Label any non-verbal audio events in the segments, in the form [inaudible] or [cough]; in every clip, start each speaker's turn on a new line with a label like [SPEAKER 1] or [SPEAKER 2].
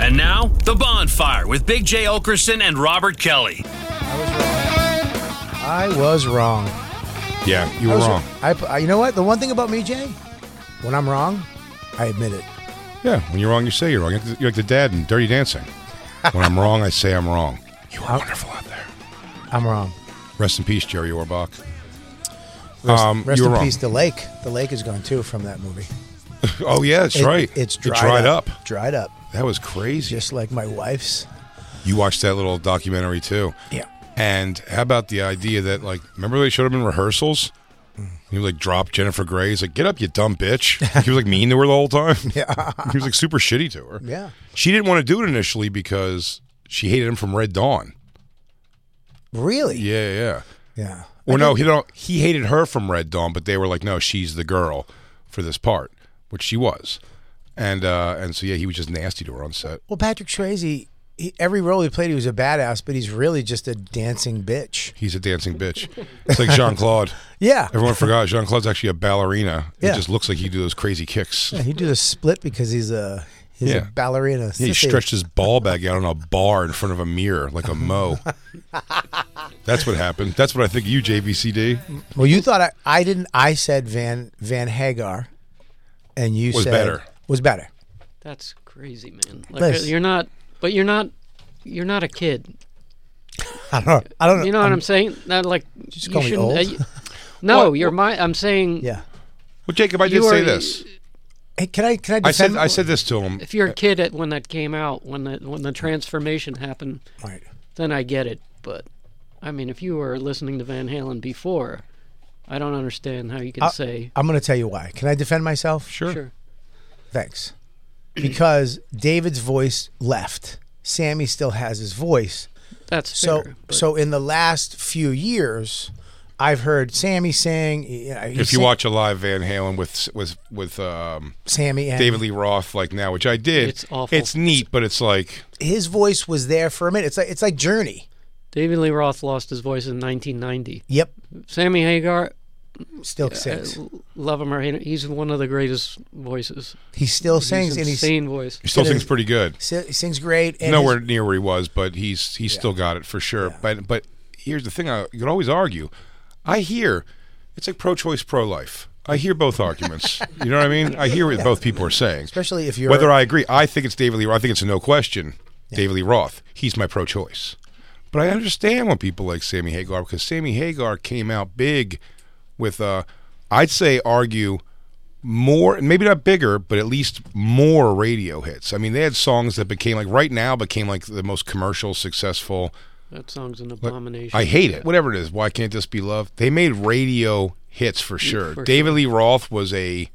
[SPEAKER 1] And now, The Bonfire with Big J. Okerson and Robert Kelly.
[SPEAKER 2] I was wrong.
[SPEAKER 3] Yeah, you were
[SPEAKER 2] I was-
[SPEAKER 3] wrong.
[SPEAKER 2] I, I- you know what? The one thing about me, Jay, when I'm wrong, I admit it.
[SPEAKER 3] Yeah, when you're wrong, you say you're wrong. You're like the- you're like the dad in Dirty Dancing. When I'm wrong, I say I'm wrong. You are wonderful out there.
[SPEAKER 2] I'm wrong.
[SPEAKER 3] Rest in peace, Jerry Orbach.
[SPEAKER 2] Rest,
[SPEAKER 3] Um,
[SPEAKER 2] rest
[SPEAKER 3] you were
[SPEAKER 2] in
[SPEAKER 3] wrong.
[SPEAKER 2] peace. The lake. The lake is gone too from that movie.
[SPEAKER 3] Oh, yeah, that's
[SPEAKER 2] It-
[SPEAKER 3] right.
[SPEAKER 2] It's
[SPEAKER 3] It
[SPEAKER 2] dried,
[SPEAKER 3] up.
[SPEAKER 2] Dried up,
[SPEAKER 3] That was crazy.
[SPEAKER 2] just like my wife's.
[SPEAKER 3] You watched that little documentary, too.
[SPEAKER 2] Yeah.
[SPEAKER 3] And how about the idea that, like, remember they showed him in rehearsals? He like dropped Jennifer Grey. He's like, "Get up, you dumb [laughs] bitch!" He was like mean to her the whole time. [laughs] Yeah, he was like super shitty to her.
[SPEAKER 2] Yeah.
[SPEAKER 3] she didn't want to do it initially because she hated him from Red Dawn.
[SPEAKER 2] Really?
[SPEAKER 3] Yeah, yeah.
[SPEAKER 2] Yeah.
[SPEAKER 3] Well, no, he don't. He hated her from Red Dawn, but they were like, "No, she's the girl for this part," which she was. And uh, and so yeah, he was just nasty to her on set.
[SPEAKER 2] Well, Patrick Swayze, he, every role he played, he was a badass, but he's really just a dancing bitch.
[SPEAKER 3] He's a dancing bitch. It's [laughs] like Jean Claude.
[SPEAKER 2] Yeah.
[SPEAKER 3] Everyone forgot Jean Claude's actually a ballerina. It
[SPEAKER 2] Yeah.
[SPEAKER 3] just looks like he do those crazy kicks.
[SPEAKER 2] Yeah, he did a split because he's a he's
[SPEAKER 3] Yeah.
[SPEAKER 2] a ballerina.
[SPEAKER 3] Yeah, he
[SPEAKER 2] sissy.
[SPEAKER 3] stretched his ball back out on a bar in front of a mirror like
[SPEAKER 2] [laughs]
[SPEAKER 3] a mo. That's what happened. That's what I think you JVCD
[SPEAKER 2] Well, you thought I, I didn't. I said Van Van Hagar, and you
[SPEAKER 3] Was
[SPEAKER 2] said
[SPEAKER 3] better.
[SPEAKER 2] was better.
[SPEAKER 4] That's crazy, man. Like
[SPEAKER 2] Liz.
[SPEAKER 4] you're not, but you're not, you're not a kid.
[SPEAKER 2] I don't. know. I don't.
[SPEAKER 4] You know what I'm saying? Not like you
[SPEAKER 2] call me
[SPEAKER 4] shouldn't-
[SPEAKER 2] old.
[SPEAKER 4] uh, you- no, you're my. I'm saying
[SPEAKER 2] Yeah.
[SPEAKER 3] Well, Jacob, I did
[SPEAKER 4] You
[SPEAKER 3] say
[SPEAKER 4] are-
[SPEAKER 3] this.
[SPEAKER 2] Hey, can I? Can I?
[SPEAKER 3] I said
[SPEAKER 2] Defend
[SPEAKER 3] I said this to him.
[SPEAKER 4] if
[SPEAKER 2] Uh,
[SPEAKER 4] you're a kid at when that came out, when the when the transformation happened,
[SPEAKER 2] All right.
[SPEAKER 4] then I get it. But I mean, if you were listening to Van Halen before, I don't understand how you
[SPEAKER 2] Uh,
[SPEAKER 4] can say
[SPEAKER 2] I'm going to tell you why. Can I defend myself?
[SPEAKER 3] Sure.
[SPEAKER 4] sure.
[SPEAKER 2] Thanks. Because David's voice left. Sammy still has his voice.
[SPEAKER 4] That's
[SPEAKER 2] So
[SPEAKER 4] fair, but-
[SPEAKER 2] so in the last few years, I've heard Sammy sing. You know, he
[SPEAKER 3] If you
[SPEAKER 2] sang-
[SPEAKER 3] watch a live Van Halen with with with um,
[SPEAKER 2] Sammy and
[SPEAKER 3] David Lee Roth like now, which I did,
[SPEAKER 4] It's awful.
[SPEAKER 3] It's neat, but it's like
[SPEAKER 2] his voice was there for a minute. It's like it's like Journey.
[SPEAKER 4] David Lee Roth lost his voice in 1990.
[SPEAKER 2] Yep,
[SPEAKER 4] Sammy Hagar,
[SPEAKER 2] still sings.
[SPEAKER 4] love him or hate him, he's one of the greatest voices.
[SPEAKER 2] He still sings,
[SPEAKER 4] He's
[SPEAKER 2] and he's
[SPEAKER 4] insane voice.
[SPEAKER 3] he still
[SPEAKER 2] It
[SPEAKER 3] sings
[SPEAKER 2] is-
[SPEAKER 3] pretty good.
[SPEAKER 2] Si- sings great. And
[SPEAKER 3] Nowhere
[SPEAKER 2] his-
[SPEAKER 3] near where he was, but he's he's still got it for sure. But but here's the thing: I, you could always argue. I hear it's like pro-choice, pro-life. I hear both arguments. you know what I mean? I hear what both people are saying.
[SPEAKER 2] especially if you're
[SPEAKER 3] Whether I agree, I think it's David Lee. Roth. I think it's a no question. David Lee Roth. He's my pro-choice. But I understand when people like Sammy Hagar because Sammy Hagar came out big with, uh, I'd say, argue more, maybe not bigger, but at least more radio hits. I mean, they had songs that became like right now became like the most commercial successful.
[SPEAKER 4] That song's an abomination.
[SPEAKER 3] I hate it. Whatever it is, why can't this be love? They made radio hits for sure. David Lee Roth was a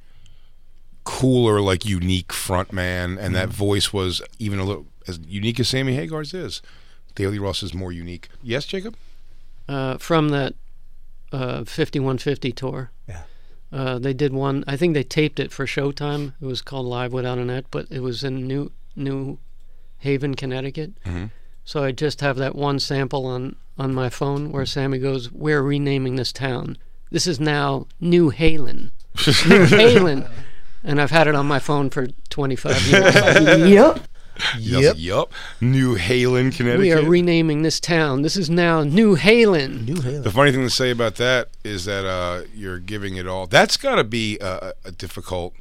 [SPEAKER 3] cooler, like unique front man, and that voice was even a little as unique as Sammy Hagar's is. David Lee Roth is more unique. Yes, Jacob.
[SPEAKER 4] uh, from that uh, 5150 tour.
[SPEAKER 2] Yeah.
[SPEAKER 4] Uh, they did one. I think they taped it for Showtime. It was called Live Without a Net, but it was in New New Haven, Connecticut. So I just have that one sample on, on my phone where Sammy goes, We're renaming this town. This is now New Halen. New Halen. And I've had it on my phone for 25 years.
[SPEAKER 2] Yep.
[SPEAKER 3] Yep. Yep. New Halen, Connecticut.
[SPEAKER 4] we are renaming this town. This is now New Halen.
[SPEAKER 2] New Halo.
[SPEAKER 3] The funny thing to say about that is that uh, you're giving it all. That's got to be a, a difficult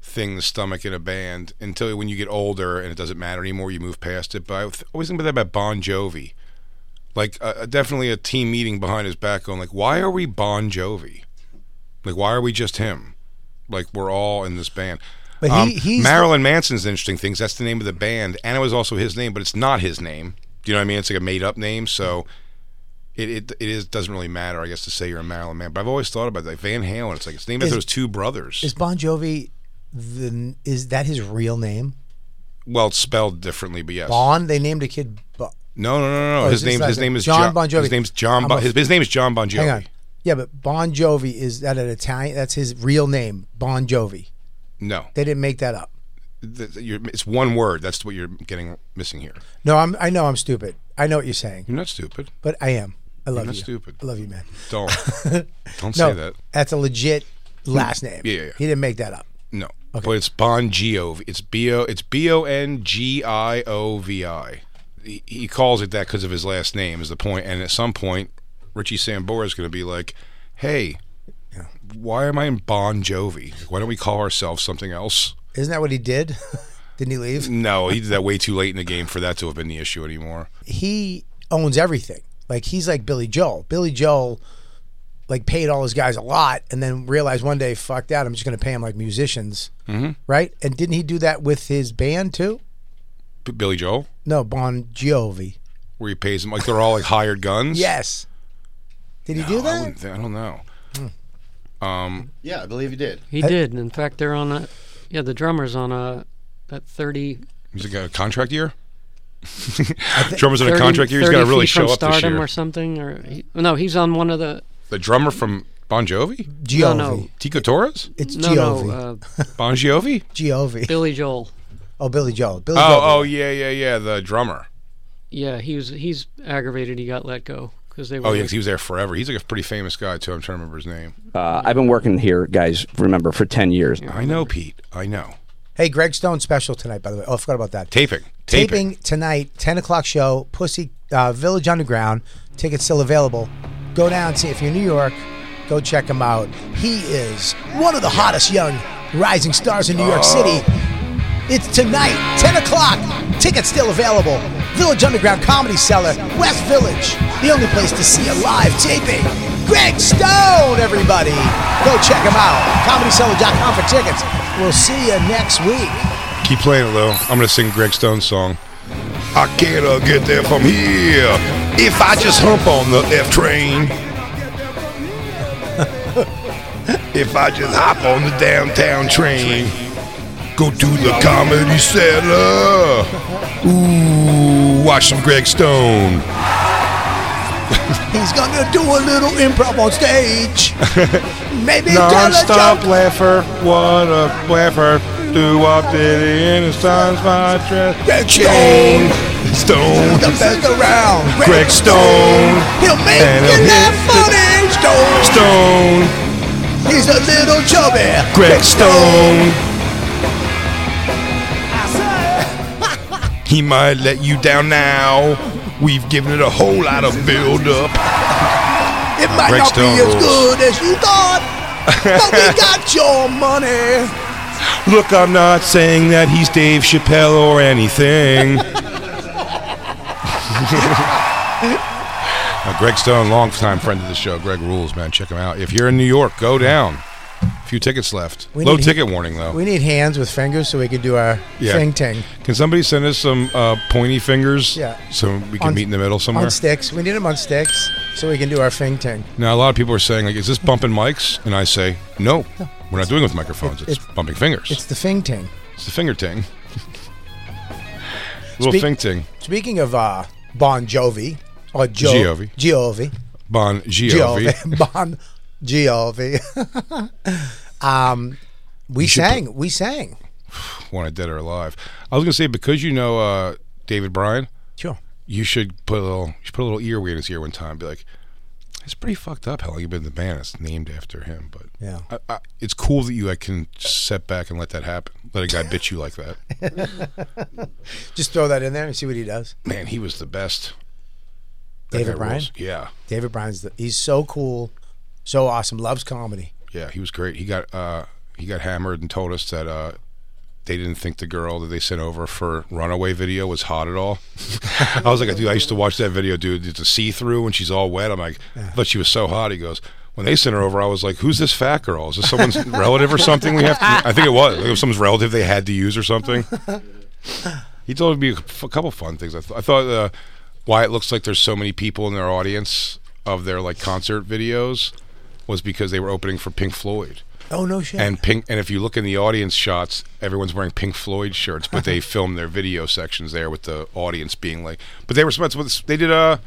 [SPEAKER 3] thing to stomach in a band until when you get older and it doesn't matter anymore. You move past it. But I th- always think about that about Bon Jovi. Like uh, definitely a team meeting behind his back, going like, "Why are we Bon Jovi? Like, why are we just him? Like, we're all in this band."
[SPEAKER 2] But he-
[SPEAKER 3] Um,
[SPEAKER 2] he's-
[SPEAKER 3] Marilyn Manson's interesting things. That's the name of the band, and it was also his name, but it's not his name. Do you know what I mean? It's like a made up name. So it it, it is doesn't really matter, I guess, to say you're a Marilyn man. But I've always thought about that. Like Van Halen. It's like it's named
[SPEAKER 2] Is-
[SPEAKER 3] after those two brothers.
[SPEAKER 2] Is Bon Jovi the is that his real name?
[SPEAKER 3] well, it's spelled differently, but yes.
[SPEAKER 2] Bon. They named a kid. Bo-
[SPEAKER 3] no, no, no, no.
[SPEAKER 2] Oh,
[SPEAKER 3] his
[SPEAKER 2] it's
[SPEAKER 3] name
[SPEAKER 2] like
[SPEAKER 3] his name is
[SPEAKER 2] John
[SPEAKER 3] Jo-
[SPEAKER 2] Bon Jovi.
[SPEAKER 3] His name's John.
[SPEAKER 2] I'm
[SPEAKER 3] Bon,
[SPEAKER 2] a-
[SPEAKER 3] his, his name is John Bon Jovi.
[SPEAKER 2] Hang on. Yeah, but Bon Jovi is that an Italian? That's his real name, Bon Jovi.
[SPEAKER 3] No,
[SPEAKER 2] They didn't make that up.
[SPEAKER 3] Th- th- you're, it's one word. That's what you're getting missing here.
[SPEAKER 2] No, I'm. I know I'm stupid. I know what you're saying,
[SPEAKER 3] You're not stupid.
[SPEAKER 2] but I am. I love
[SPEAKER 3] not
[SPEAKER 2] you. [laughs]
[SPEAKER 3] stupid.
[SPEAKER 2] I love you, man.
[SPEAKER 3] Don't don't
[SPEAKER 2] No,
[SPEAKER 3] say that. Hmm.
[SPEAKER 2] that's a legit last name.
[SPEAKER 3] Yeah, yeah, yeah.
[SPEAKER 2] He didn't make that up.
[SPEAKER 3] No. But it's Bon Jovi. It's B O. It's B O N G I O V I. He, he calls it that because of his last name is the point. And at some point, Richie Sambora is going to be like, "Hey, why am I in Bon Jovi? Why don't we call ourselves something else?"
[SPEAKER 2] Isn't that what he did? [laughs] didn't he leave?
[SPEAKER 3] No, he did that way too late in the game for that to have been the issue anymore.
[SPEAKER 2] He owns everything. Like he's like Billy Joel. Billy Joel, like paid all his guys a lot, and then realized one day, fuck that, I'm just going to pay him like musicians, mm-hmm. right? And didn't he do that with his band too?
[SPEAKER 3] B- Billy Joel,
[SPEAKER 2] No, Bon Jovi.
[SPEAKER 3] where he pays them like they're all like hired guns.
[SPEAKER 2] Yes. Did he do
[SPEAKER 3] I,
[SPEAKER 2] that?
[SPEAKER 3] wouldn't thi- I don't know.
[SPEAKER 5] Yeah, I believe you did.
[SPEAKER 4] He did. In fact, they're on a, yeah, the drummer's on a, that 30,
[SPEAKER 3] He's got a contract year. Drummer's in a
[SPEAKER 4] 30
[SPEAKER 3] contract year. He's got to
[SPEAKER 4] 30
[SPEAKER 3] really
[SPEAKER 4] feet
[SPEAKER 3] show
[SPEAKER 4] from
[SPEAKER 3] up this
[SPEAKER 4] stardom
[SPEAKER 3] year.
[SPEAKER 4] or something. Or he, no, he's on one of the,
[SPEAKER 3] The drummer from Bon Jovi.
[SPEAKER 2] Giovi.
[SPEAKER 4] no, no.
[SPEAKER 3] Tico Torres?
[SPEAKER 2] It's
[SPEAKER 4] No,
[SPEAKER 2] Giovi.
[SPEAKER 4] no, uh,
[SPEAKER 3] Bon Jovi?
[SPEAKER 2] Giovi.
[SPEAKER 4] Billy Joel.
[SPEAKER 2] Oh, Billy Joel. Billy
[SPEAKER 3] Oh,
[SPEAKER 2] Joel.
[SPEAKER 3] oh yeah, yeah, yeah. The drummer.
[SPEAKER 4] Yeah, he was. He's aggravated. He got let go because they were.
[SPEAKER 3] Oh yeah, 'cause he was there forever. He's like a pretty famous guy too. I'm trying to remember his name.
[SPEAKER 6] Uh, I've been working here, guys, remember, for 10 years.
[SPEAKER 3] I know Pete. I know.
[SPEAKER 2] Hey, Greg Stone special tonight, by the way. Oh, I forgot about that.
[SPEAKER 3] Taping. Taping.
[SPEAKER 2] Taping tonight, 10 o'clock show, Pussy uh, Village Underground. Tickets still available. Go down, see if you're in New York, go check him out. He is one of the hottest young rising stars in New York City. It's tonight, 10 o'clock. Tickets still available. Village Underground Comedy Cellar, West Village. The only place to see a live taping. Greg Stone, everybody. Go check him out. ComedyCellar.com for tickets. We'll see you next week.
[SPEAKER 3] Keep playing it, Lou. I'm gonna sing Greg Stone's song. I can't uh, get there from here if I just hump on the F train. [laughs] if I just hop on the downtown train, go to the comedy cellar. Ooh, watch some Greg Stone.
[SPEAKER 2] He's gonna do a little improv on
[SPEAKER 3] [laughs]
[SPEAKER 2] stage. Maybe tell a
[SPEAKER 3] Non-stop
[SPEAKER 2] joke.
[SPEAKER 3] laugher, what a laugher. Do up did in and signs my dress.
[SPEAKER 2] Greg
[SPEAKER 3] Stone, Stone,
[SPEAKER 2] The best around.
[SPEAKER 3] Greg Stone,
[SPEAKER 2] He'll make
[SPEAKER 3] And
[SPEAKER 2] you
[SPEAKER 3] he'll
[SPEAKER 2] laugh
[SPEAKER 3] hit
[SPEAKER 2] funny. Stone.
[SPEAKER 3] Stone,
[SPEAKER 2] He's a little chubby.
[SPEAKER 3] Greg Stone. He might let you down now. We've given it a whole lot of build up.
[SPEAKER 2] It might
[SPEAKER 3] Greg
[SPEAKER 2] not
[SPEAKER 3] Stone
[SPEAKER 2] be as
[SPEAKER 3] rules.
[SPEAKER 2] good as you thought, but we
[SPEAKER 3] [laughs]
[SPEAKER 2] got your money.
[SPEAKER 3] Look, I'm not saying that he's Dave Chappelle or anything. Now, Greg Stone, longtime friend of the show. Greg rules, man. Check him out. If you're in New York, go down. few tickets left.
[SPEAKER 2] We
[SPEAKER 3] Low
[SPEAKER 2] need-
[SPEAKER 3] ticket warning, though.
[SPEAKER 2] We need hands with fingers so we can do our
[SPEAKER 3] Yeah.
[SPEAKER 2] thing ting
[SPEAKER 3] can somebody send us some uh, pointy fingers?
[SPEAKER 2] Yeah.
[SPEAKER 3] So we can
[SPEAKER 2] On-
[SPEAKER 3] meet in the middle somewhere.
[SPEAKER 2] on sticks. We need them on sticks so we can do our thing ting.
[SPEAKER 3] now, a lot of people are saying, like, is this bumping mics? And I say, no, we're not doing it with microphones.
[SPEAKER 2] it-
[SPEAKER 3] It's,
[SPEAKER 2] it's-
[SPEAKER 3] bumping fingers.
[SPEAKER 2] It's
[SPEAKER 3] It's,
[SPEAKER 2] the thing ting.
[SPEAKER 3] the finger ting. [laughs] Little
[SPEAKER 2] Speak-
[SPEAKER 3] thing ting.
[SPEAKER 2] Speaking of uh, Bon Jovi or jo-
[SPEAKER 3] Giovi.
[SPEAKER 2] Giovi.
[SPEAKER 3] Bon Giovi. [laughs]
[SPEAKER 2] Giovi. [laughs] Bon Giovi. [laughs] um, we
[SPEAKER 3] should
[SPEAKER 2] sang. we sang.
[SPEAKER 3] wanted dead or alive. I was gonna say because you know uh, David Bryan,
[SPEAKER 2] Sure.
[SPEAKER 3] you should put a little, you should put a little ear weird in his ear one time. Be like, it's pretty fucked up how long you've been in the band. It's named after him, but
[SPEAKER 2] Yeah.
[SPEAKER 3] I, I, it's cool that you like can set back and let that happen. Let a
[SPEAKER 2] [laughs]
[SPEAKER 3] guy bitch you like that.
[SPEAKER 2] Just throw that in there and see what he does.
[SPEAKER 3] Man, he was the best. That
[SPEAKER 2] David
[SPEAKER 3] guy
[SPEAKER 2] Bryan.
[SPEAKER 3] rules. Yeah,
[SPEAKER 2] David Bryan's the, he's so cool, so awesome. Loves comedy.
[SPEAKER 3] yeah, he was great. He got uh, he got hammered and told us that uh, they didn't think the girl that they sent over for Runaway video was hot at all. [laughs] I was like, dude, I used to watch that video, dude. It's a see through and she's all wet. I'm like, I thought she was so hot. He goes. When they sent her over, I was like, "Who's this fat girl? Is this someone's [laughs] relative or something?" We have to. I think it was. It was someone's relative they had to use or something. He told me a f- couple fun things. I, th- I thought uh, why it looks like there's so many people in their audience of their like concert videos was because they were opening for Pink Floyd.
[SPEAKER 2] Oh no shit.
[SPEAKER 3] And Pink, and if you look in the audience shots, everyone's wearing Pink Floyd shirts,
[SPEAKER 2] [laughs]
[SPEAKER 3] but they filmed their video sections there with the audience being like. But they were supposed to. They did a.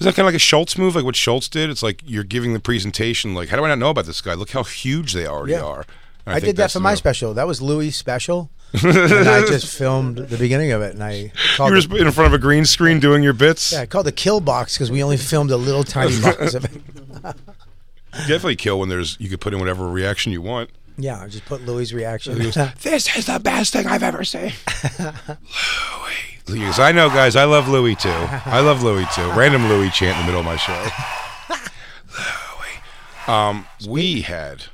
[SPEAKER 3] Is that kind of like a Schultz move, like what Schultz did? It's like you're giving the presentation, like, how do I not know about this guy? Look how huge they already
[SPEAKER 2] Yeah.
[SPEAKER 3] are.
[SPEAKER 2] I,
[SPEAKER 3] And think
[SPEAKER 2] did that
[SPEAKER 3] that's
[SPEAKER 2] for
[SPEAKER 3] the
[SPEAKER 2] my
[SPEAKER 3] move.
[SPEAKER 2] special. That was Louis'
[SPEAKER 3] [laughs]
[SPEAKER 2] special. and I just filmed the beginning of it, and I
[SPEAKER 3] You
[SPEAKER 2] called
[SPEAKER 3] were
[SPEAKER 2] it,
[SPEAKER 3] just in front of a green screen doing your bits.
[SPEAKER 2] yeah, I called the kill box because we only filmed a
[SPEAKER 3] [laughs]
[SPEAKER 2] little tiny box of it.
[SPEAKER 3] definitely kill when there's you could put in whatever reaction you want.
[SPEAKER 2] Yeah, I just put Louis'
[SPEAKER 3] [laughs]
[SPEAKER 2] reaction.
[SPEAKER 3] This is the best thing I've ever seen. Louis. Because I know guys, I love Louis too. I love Louis too. Random Louis chant in the middle of my show. Louis. Um, we had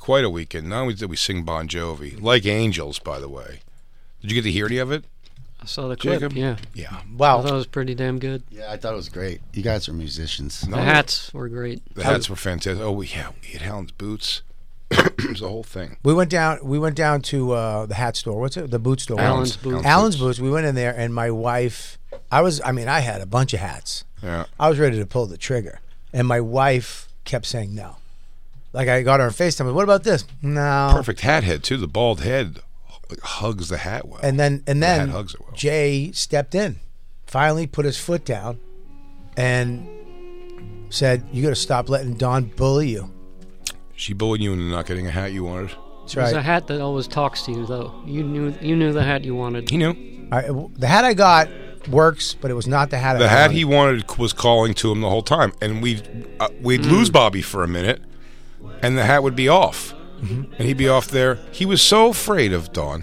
[SPEAKER 3] quite a weekend. Not only did we sing Bon Jovi, like Angels, by the way. Did you get to hear any of it?
[SPEAKER 4] I saw the clip.
[SPEAKER 3] Jacob?
[SPEAKER 4] Yeah,
[SPEAKER 3] Yeah.
[SPEAKER 4] I thought it
[SPEAKER 2] wow,
[SPEAKER 4] was pretty damn good.
[SPEAKER 5] Yeah, I thought it was great. You guys are musicians.
[SPEAKER 4] The hats were great.
[SPEAKER 3] The hats were fantastic. Oh yeah, we had Helen's boots. [coughs] it was the whole thing.
[SPEAKER 2] we went down. We went down to uh, the hat store. What's it? The boot store.
[SPEAKER 4] Allen's Boots.
[SPEAKER 2] Allen's boots. We went in there, and my wife. I was. I mean, I had a bunch of hats.
[SPEAKER 3] Yeah.
[SPEAKER 2] I was ready to pull the trigger, and my wife kept saying no. Like I got her on Facetime. What about this? No.
[SPEAKER 3] Perfect hat head too. The bald head like, hugs the hat well.
[SPEAKER 2] And then and
[SPEAKER 3] hat
[SPEAKER 2] then
[SPEAKER 3] hugs it well.
[SPEAKER 2] Jay stepped in, finally put his foot down, and said, "You got to stop letting Don bully you."
[SPEAKER 3] She bullied you into not getting a hat you wanted.
[SPEAKER 2] That's
[SPEAKER 4] It was
[SPEAKER 2] right.
[SPEAKER 4] a hat that always talks to you, though. You knew you knew the hat you wanted.
[SPEAKER 3] He knew.
[SPEAKER 2] I- the hat I got works, but it was not the hat. I
[SPEAKER 3] The hat he
[SPEAKER 2] wanted.
[SPEAKER 3] wanted was calling to him the whole time, and we'd uh, we'd lose Bobby for a minute, and the hat would be off, and he'd be off there. He was so afraid of Dawn.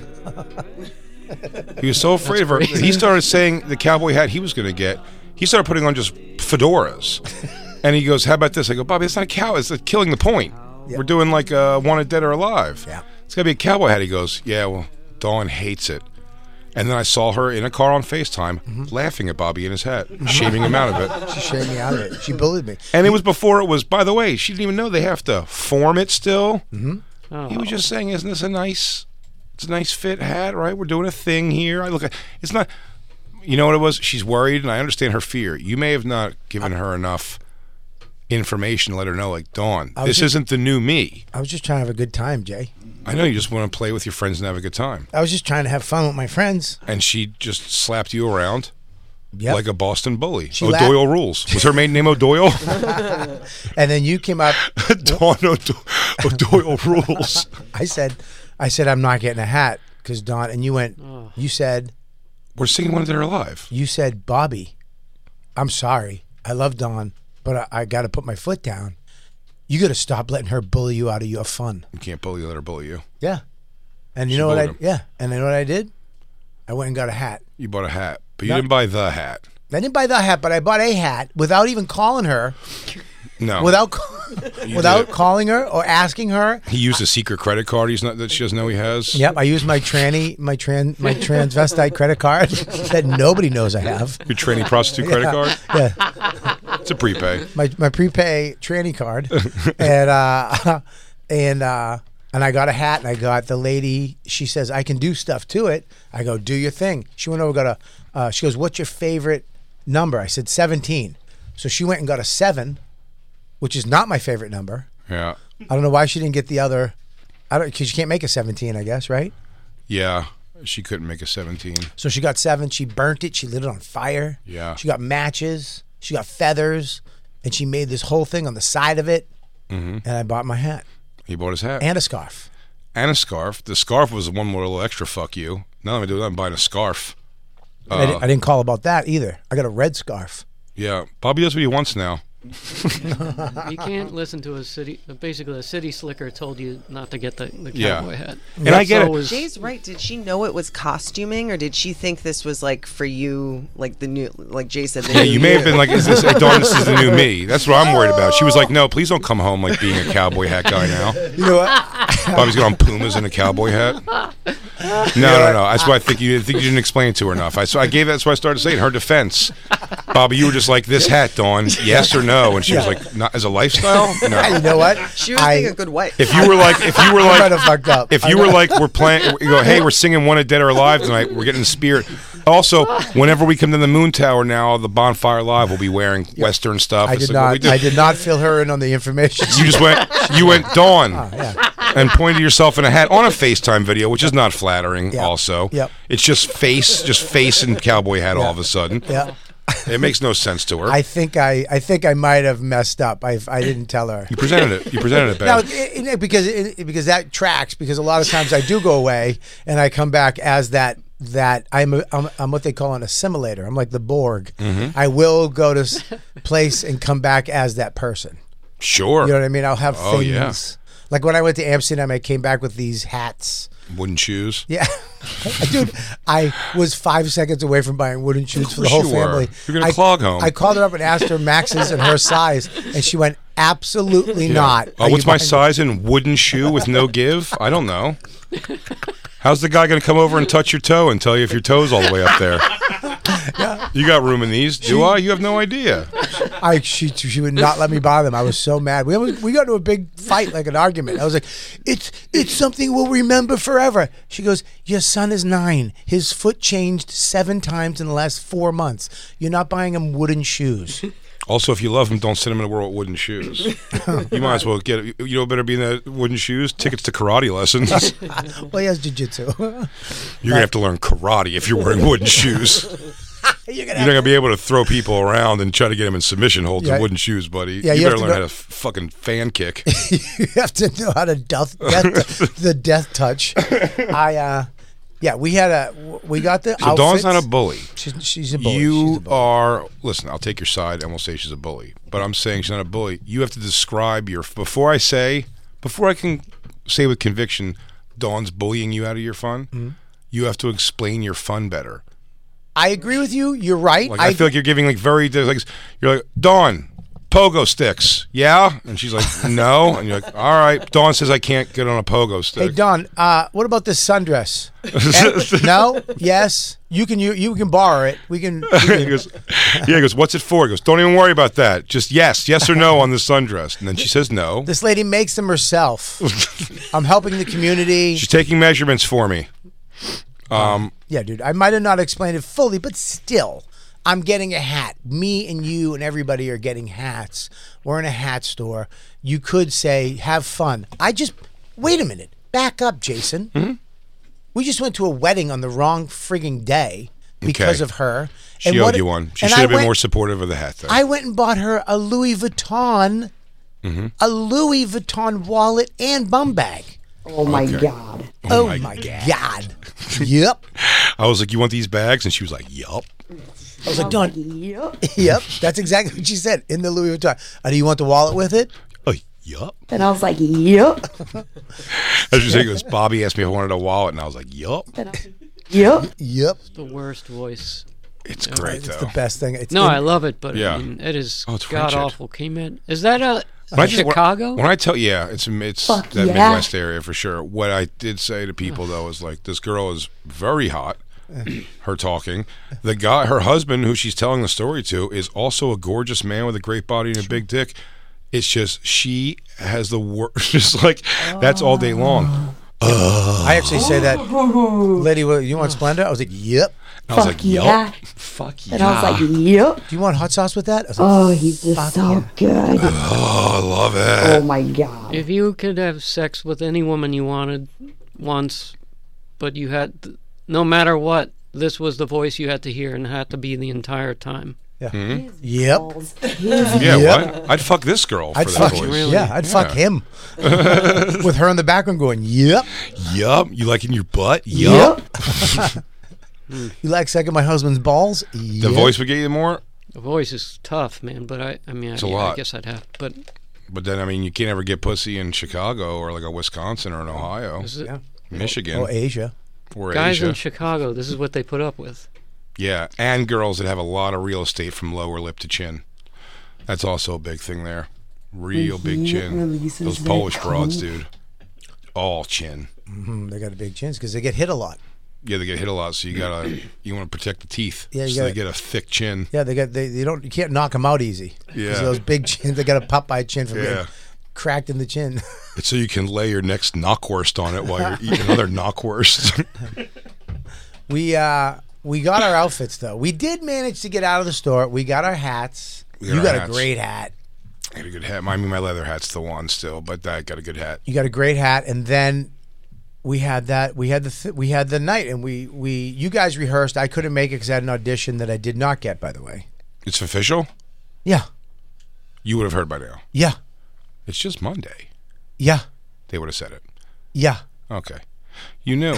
[SPEAKER 3] he was so afraid of her. He started saying the cowboy hat he was going to get. He started putting on just fedoras, and he goes, "How about this?" I go, "Bobby, it's not a cow. It's like killing the point. We're doing like uh, wanted dead or alive.
[SPEAKER 2] Yeah.
[SPEAKER 3] It's got to be a cowboy hat." He goes, "Yeah, well, Dawn hates it." And then I saw her in a car on FaceTime
[SPEAKER 2] Mm-hmm.
[SPEAKER 3] laughing at Bobby in
[SPEAKER 2] [laughs]
[SPEAKER 3] his hat, shaming him out of it.
[SPEAKER 2] She shamed me out of it. She bullied me.
[SPEAKER 3] And it was before it was, by the way, she didn't even know they have to form it still. Mm-hmm. He was just saying, isn't this a nice, it's a nice fit hat, right? We're doing a thing here. I look, at- it's not, you know what it was? She's worried and I understand her fear. You may have not given her enough information to let her know, like, Dawn,
[SPEAKER 2] was
[SPEAKER 3] this
[SPEAKER 2] just-
[SPEAKER 3] isn't the new me.
[SPEAKER 2] I was just trying to have a good time, Jay.
[SPEAKER 3] I know you just want to play with your friends and have a good time.
[SPEAKER 2] I was just trying to have fun with my friends.
[SPEAKER 3] And she just slapped you around.
[SPEAKER 2] Yep.
[SPEAKER 3] like a Boston bully.
[SPEAKER 2] She la-
[SPEAKER 3] O'Doyle rules. Was her maiden name
[SPEAKER 2] [laughs]
[SPEAKER 3] O'Doyle?
[SPEAKER 2] and then you came
[SPEAKER 3] [laughs]
[SPEAKER 2] up.
[SPEAKER 3] Dawn O'Do- O'Doyle rules.
[SPEAKER 2] I said, I said I'm not getting a hat because Don. And you went. You said.
[SPEAKER 3] We're singing one that are alive.
[SPEAKER 2] You said, Bobby, I'm sorry. I love Dawn, but I, I got to put my foot down. You got to stop letting her bully you out of your fun.
[SPEAKER 3] You can't bully, let her bully you.
[SPEAKER 2] Yeah. And you know what I?
[SPEAKER 3] bullied him.
[SPEAKER 2] Yeah. And you know what I did? I went and got a hat.
[SPEAKER 3] You bought a hat, but you
[SPEAKER 2] No.
[SPEAKER 3] didn't buy the hat.
[SPEAKER 2] I didn't buy the hat, but I bought a hat without even calling her,
[SPEAKER 3] No,
[SPEAKER 2] without [laughs] without
[SPEAKER 3] did.
[SPEAKER 2] calling her or asking her.
[SPEAKER 3] he used a secret credit card. He's not that she doesn't know he has.
[SPEAKER 2] Yep, I used my tranny, my trans, [laughs] my transvestite credit card [laughs] that nobody knows I have.
[SPEAKER 3] Your training prostitute credit card.
[SPEAKER 2] [laughs] Yeah,
[SPEAKER 3] It's a prepay.
[SPEAKER 2] my my prepay tranny card, and uh, [laughs] and uh, and I got a hat, and I got the lady. She says I can do stuff to it. I go, do your thing. She went over, got a. Uh, she goes, what's your favorite number? I said seventeen. So she went and got a seven, which is not my favorite number.
[SPEAKER 3] Yeah,
[SPEAKER 2] I don't know why she didn't get the other. I don't because you can't make a seventeen, I guess, right?
[SPEAKER 3] yeah. She couldn't make a seventeen.
[SPEAKER 2] So she got seven. She burnt it. She lit it on fire.
[SPEAKER 3] Yeah.
[SPEAKER 2] She got matches. She got feathers, and she made this whole thing on the side of it.
[SPEAKER 3] Mm-hmm.
[SPEAKER 2] And I bought my hat
[SPEAKER 3] He bought his hat and,
[SPEAKER 2] and a scarf.
[SPEAKER 3] a scarf. The scarf was the one more little extra fuck you. Now I'm doing. I'm buying a scarf.
[SPEAKER 2] I, di- I didn't call about that either. I got a red scarf.
[SPEAKER 3] Yeah, Bobby does what he wants now. [laughs]
[SPEAKER 4] You can't listen to a city. Basically, a city slicker told you not to get the, the
[SPEAKER 3] Yeah.
[SPEAKER 4] cowboy hat.
[SPEAKER 3] And I get it.
[SPEAKER 4] always-
[SPEAKER 7] Jay's right. Did she know it was costuming, or did she think this was like for you, like the new, like Jay said? The
[SPEAKER 3] Yeah,
[SPEAKER 7] new
[SPEAKER 3] you may
[SPEAKER 7] year?
[SPEAKER 3] have been like, "Is this Dawn? This is the new me." That's what I'm worried about. She was like, "No, please don't come home like being a cowboy hat guy now."
[SPEAKER 2] You know what?
[SPEAKER 3] Bobby's got on Pumas and a cowboy hat. No, no, no. That's why I think you I think you didn't explain it to her enough. I so I gave that's why I started saying her defense. Bobby, you were just like this hat, Dawn. Yes or no? And she was like, "Not as a lifestyle."
[SPEAKER 2] [laughs] you
[SPEAKER 3] No.
[SPEAKER 2] know what?
[SPEAKER 7] [laughs] She was
[SPEAKER 2] I,
[SPEAKER 7] being
[SPEAKER 2] [laughs]
[SPEAKER 7] a good wife.
[SPEAKER 3] If you were like, if you were
[SPEAKER 2] I might
[SPEAKER 3] like,
[SPEAKER 2] have fucked up.
[SPEAKER 3] If
[SPEAKER 2] I
[SPEAKER 3] you
[SPEAKER 2] know.
[SPEAKER 3] were like, we're playing, you go, hey, we're singing "Wanted Dead or Alive" tonight. We're getting the spirit. Also, whenever we come to the Moon Tower now, the Bonfire Live will be wearing Western stuff.
[SPEAKER 2] I
[SPEAKER 3] It's
[SPEAKER 2] did
[SPEAKER 3] like what we
[SPEAKER 2] not.
[SPEAKER 3] do.
[SPEAKER 2] I did not fill her in on the information.
[SPEAKER 3] [laughs] You just went. You went
[SPEAKER 2] [laughs]
[SPEAKER 3] Dawn,
[SPEAKER 2] Ah,
[SPEAKER 3] and pointed yourself in a hat on a FaceTime video, which is not flattering.
[SPEAKER 2] Yeah.
[SPEAKER 3] Also,
[SPEAKER 2] Yep.
[SPEAKER 3] it's just face, just face and cowboy hat all of a sudden.
[SPEAKER 2] yeah.
[SPEAKER 3] It makes no sense to her.
[SPEAKER 2] I think I. I think I might have messed up. I. I didn't tell her.
[SPEAKER 3] you presented it.
[SPEAKER 2] [laughs]
[SPEAKER 3] You presented it
[SPEAKER 2] Now,
[SPEAKER 3] bad.
[SPEAKER 2] it, it- because it, because that tracks. Because a lot of times I do go away and I come back as that that I'm a, I'm, I'm what they call an assimilator. I'm like the Borg.
[SPEAKER 3] Mm-hmm.
[SPEAKER 2] I will go to s- place and come back as that person.
[SPEAKER 3] sure.
[SPEAKER 2] You know what I mean? I'll have
[SPEAKER 3] Oh,
[SPEAKER 2] things.
[SPEAKER 3] yeah.
[SPEAKER 2] Like when I went to Amsterdam, I came back with these hats.
[SPEAKER 3] Wooden shoes.
[SPEAKER 2] Yeah. Dude, I was five seconds away from buying wooden shoes for the
[SPEAKER 3] course
[SPEAKER 2] whole
[SPEAKER 3] you were.
[SPEAKER 2] family.
[SPEAKER 3] You're gonna
[SPEAKER 2] I-
[SPEAKER 3] clog home.
[SPEAKER 2] I called her up and asked her Max's and her size, and she went, "Absolutely not."
[SPEAKER 3] Uh,
[SPEAKER 2] Are
[SPEAKER 3] what's
[SPEAKER 2] you
[SPEAKER 3] my
[SPEAKER 2] buying-"
[SPEAKER 3] size in wooden shoe with no give? I don't know. How's the guy going to come over and touch your toe and tell you if your toe's all the way up there? You got room in these? Do I? You have no idea.
[SPEAKER 2] I she she would not let me buy them. I was so mad. We almost, we got into a big fight, like an argument. I was like, "It's it's something we'll remember forever." She goes, "Your son is nine. His foot changed seven times in the last four months. You're not buying him wooden shoes."
[SPEAKER 3] Also, if you love him, don't send him in a world with wooden shoes. You might as well get. You know, better be in the wooden shoes. Tickets to karate lessons.
[SPEAKER 2] well, he has [laughs] jujitsu.
[SPEAKER 3] You're gonna have to learn karate if you're wearing wooden shoes.
[SPEAKER 2] You're
[SPEAKER 3] You're not gonna be able to throw people around and try to get them in submission holds
[SPEAKER 2] Yeah.
[SPEAKER 3] in wooden shoes, buddy.
[SPEAKER 2] Yeah,
[SPEAKER 3] you,
[SPEAKER 2] you have
[SPEAKER 3] better
[SPEAKER 2] to
[SPEAKER 3] learn
[SPEAKER 2] go-
[SPEAKER 3] how to f- fucking fan kick.
[SPEAKER 2] you have to know how to death, death the death touch. I uh yeah, we had a we got the
[SPEAKER 3] So Dawn's not a
[SPEAKER 2] outfits.
[SPEAKER 3] bully.
[SPEAKER 2] She's, she's a bully. she's a
[SPEAKER 3] You
[SPEAKER 2] bully.
[SPEAKER 3] are listen. I'll take your side, and we'll say she's a bully. But I'm saying she's not a bully. You have to describe your before I say before I can say with conviction, Dawn's bullying you out of your fun.
[SPEAKER 2] Mm-hmm.
[SPEAKER 3] You have to explain your fun better.
[SPEAKER 2] I agree with you. You're right.
[SPEAKER 3] Like I, feel like you're giving like very there's like you're like Dawn pogo sticks, yeah, and
[SPEAKER 2] [laughs]
[SPEAKER 3] she's like no, and you're like all right. Dawn says I can't get on a pogo
[SPEAKER 2] Hey
[SPEAKER 3] stick.
[SPEAKER 2] Don, uh, what about this
[SPEAKER 3] [laughs]
[SPEAKER 2] sundress? Eh, no, yes, you can you, you can borrow it. We
[SPEAKER 3] [laughs]
[SPEAKER 2] can. we
[SPEAKER 3] he
[SPEAKER 2] can-
[SPEAKER 3] goes, yeah. He goes, what's it for? He goes, don't even worry about that. Just yes, yes or no on the sundress. And then she says
[SPEAKER 2] [laughs]
[SPEAKER 3] no.
[SPEAKER 2] this lady makes them
[SPEAKER 3] [laughs]
[SPEAKER 2] herself. I'm helping the community.
[SPEAKER 3] She's taking measurements for me. Um,
[SPEAKER 2] Yeah, dude, I might have not explained it fully, but still, I'm getting a hat. Me and you and everybody are getting hats. We're in a hat store. You could say, have fun. I just, wait a minute. Back up, Jason.
[SPEAKER 3] Hmm?
[SPEAKER 2] We just went to a wedding on the wrong frigging day because
[SPEAKER 3] Okay.
[SPEAKER 2] of her.
[SPEAKER 3] she
[SPEAKER 2] And
[SPEAKER 3] owed
[SPEAKER 2] what-
[SPEAKER 3] you one. She
[SPEAKER 2] and
[SPEAKER 3] should
[SPEAKER 2] I
[SPEAKER 3] have been
[SPEAKER 2] went-
[SPEAKER 3] more supportive of the hat. Though.
[SPEAKER 2] I went and bought her a Louis Vuitton, a Louis Vuitton wallet and bum bag.
[SPEAKER 8] Oh my God.
[SPEAKER 2] Oh, my, [laughs] God. yep.
[SPEAKER 3] I was like, you want these bags? And she was like, yup.
[SPEAKER 8] Oh
[SPEAKER 2] I was like, done.
[SPEAKER 8] Yep.
[SPEAKER 2] [laughs] Yep, that's exactly what she said in the Louis Vuitton. Uh, do you want the wallet with it?
[SPEAKER 3] Oh, yup.
[SPEAKER 8] And I was like, yep.
[SPEAKER 3] [laughs] As she said, goes, Bobby asked me if I wanted a wallet, and I was like, yup.
[SPEAKER 8] Yep.
[SPEAKER 2] Yep,
[SPEAKER 4] the worst voice.
[SPEAKER 3] It's great
[SPEAKER 2] it's
[SPEAKER 3] though.
[SPEAKER 2] the best thing. It's
[SPEAKER 4] No,
[SPEAKER 2] in-
[SPEAKER 4] I love it, but
[SPEAKER 3] Yeah.
[SPEAKER 4] I mean, it is
[SPEAKER 3] Oh, it's
[SPEAKER 4] god
[SPEAKER 3] wretched.
[SPEAKER 4] awful. Came in. Is that a,
[SPEAKER 3] When I just- when-
[SPEAKER 4] Chicago?
[SPEAKER 3] When I tell, yeah, it's it's
[SPEAKER 8] Fuck
[SPEAKER 3] that
[SPEAKER 8] yeah.
[SPEAKER 3] Midwest area for sure. What I did say to people though is like, this girl is very hot. [clears throat] Her talking, the guy, her husband, who she's telling the story to, is also a gorgeous man with a great body and a big dick. It's just she has the worst. [laughs] Just like that's all day
[SPEAKER 8] Oh.
[SPEAKER 3] long.
[SPEAKER 2] I actually
[SPEAKER 8] [laughs]
[SPEAKER 2] say that, lady. What, you want Splenda? I was like, yep.
[SPEAKER 3] I was
[SPEAKER 8] Fuck
[SPEAKER 3] like, yup.
[SPEAKER 8] yeah.
[SPEAKER 3] Fuck
[SPEAKER 8] And
[SPEAKER 3] yeah.
[SPEAKER 8] I was like, yep.
[SPEAKER 2] Do you want hot sauce with that? I was like,
[SPEAKER 8] Oh, he's just so good.
[SPEAKER 3] Oh, I love it.
[SPEAKER 8] Oh my God.
[SPEAKER 4] if you could have sex with any woman you wanted once, but you had, no matter what, this was the voice you had to hear and had to be the entire time.
[SPEAKER 2] yep.
[SPEAKER 3] Yeah,
[SPEAKER 2] Yep.
[SPEAKER 3] what? I'd fuck this girl for
[SPEAKER 2] I'd
[SPEAKER 3] that
[SPEAKER 2] fuck.
[SPEAKER 3] voice.
[SPEAKER 2] Yeah, I'd fuck [laughs] him with her in the background going, yep.
[SPEAKER 3] Yup. You liking your butt? Yup.
[SPEAKER 8] Yep.
[SPEAKER 2] [laughs] You like sucking my husband's balls?
[SPEAKER 3] The voice would get you more,
[SPEAKER 4] The voice is tough, man. But I, I mean, I,
[SPEAKER 3] a
[SPEAKER 4] yeah, I
[SPEAKER 3] lot.
[SPEAKER 4] guess I'd have. But
[SPEAKER 3] but then I mean, you can't ever get pussy in Chicago or like a Wisconsin or an Ohio,
[SPEAKER 4] this is-
[SPEAKER 3] Michigan,
[SPEAKER 2] Oh, Asia.
[SPEAKER 3] or
[SPEAKER 4] guys
[SPEAKER 3] Asia.
[SPEAKER 4] in Chicago, this is what they put up with.
[SPEAKER 3] yeah, and girls that have a lot of real estate from lower lip to chin. That's also a big thing there. Real big chin. Those Polish broads, dude. All chin.
[SPEAKER 2] Mm, they got a big chins because they get hit a lot.
[SPEAKER 3] Yeah, they get hit a lot, so you gotta you want to protect the teeth.
[SPEAKER 2] Yeah, you
[SPEAKER 3] so they
[SPEAKER 2] gotta-
[SPEAKER 3] get a thick chin.
[SPEAKER 2] Yeah, they got they, they don't you can't knock them out easy. 'Cause
[SPEAKER 3] Yeah.
[SPEAKER 2] those big chins. They got a Popeye chin from
[SPEAKER 3] Yeah.
[SPEAKER 2] getting cracked in the chin. [laughs]
[SPEAKER 3] It's so you can lay your next knockwurst on it while you're eating other knockwurst. [laughs]
[SPEAKER 2] we uh we got our outfits though. We did manage to get out of the store. We got our hats.
[SPEAKER 3] We got
[SPEAKER 2] you
[SPEAKER 3] our
[SPEAKER 2] got a
[SPEAKER 3] hats.
[SPEAKER 2] great hat.
[SPEAKER 3] I got a good hat. I mean, my leather hat's the one still, but I got a good hat.
[SPEAKER 2] You got a great hat, and then we had that we had the th- we had the night, and we we you guys rehearsed. I couldn't make it because I had an audition that I did not get. By the way,
[SPEAKER 3] It's official.
[SPEAKER 2] yeah,
[SPEAKER 3] You would have heard by now.
[SPEAKER 2] yeah,
[SPEAKER 3] It's just Monday.
[SPEAKER 2] yeah,
[SPEAKER 3] They would have said it.
[SPEAKER 2] yeah.
[SPEAKER 3] Okay. You
[SPEAKER 2] [laughs]
[SPEAKER 3] knew.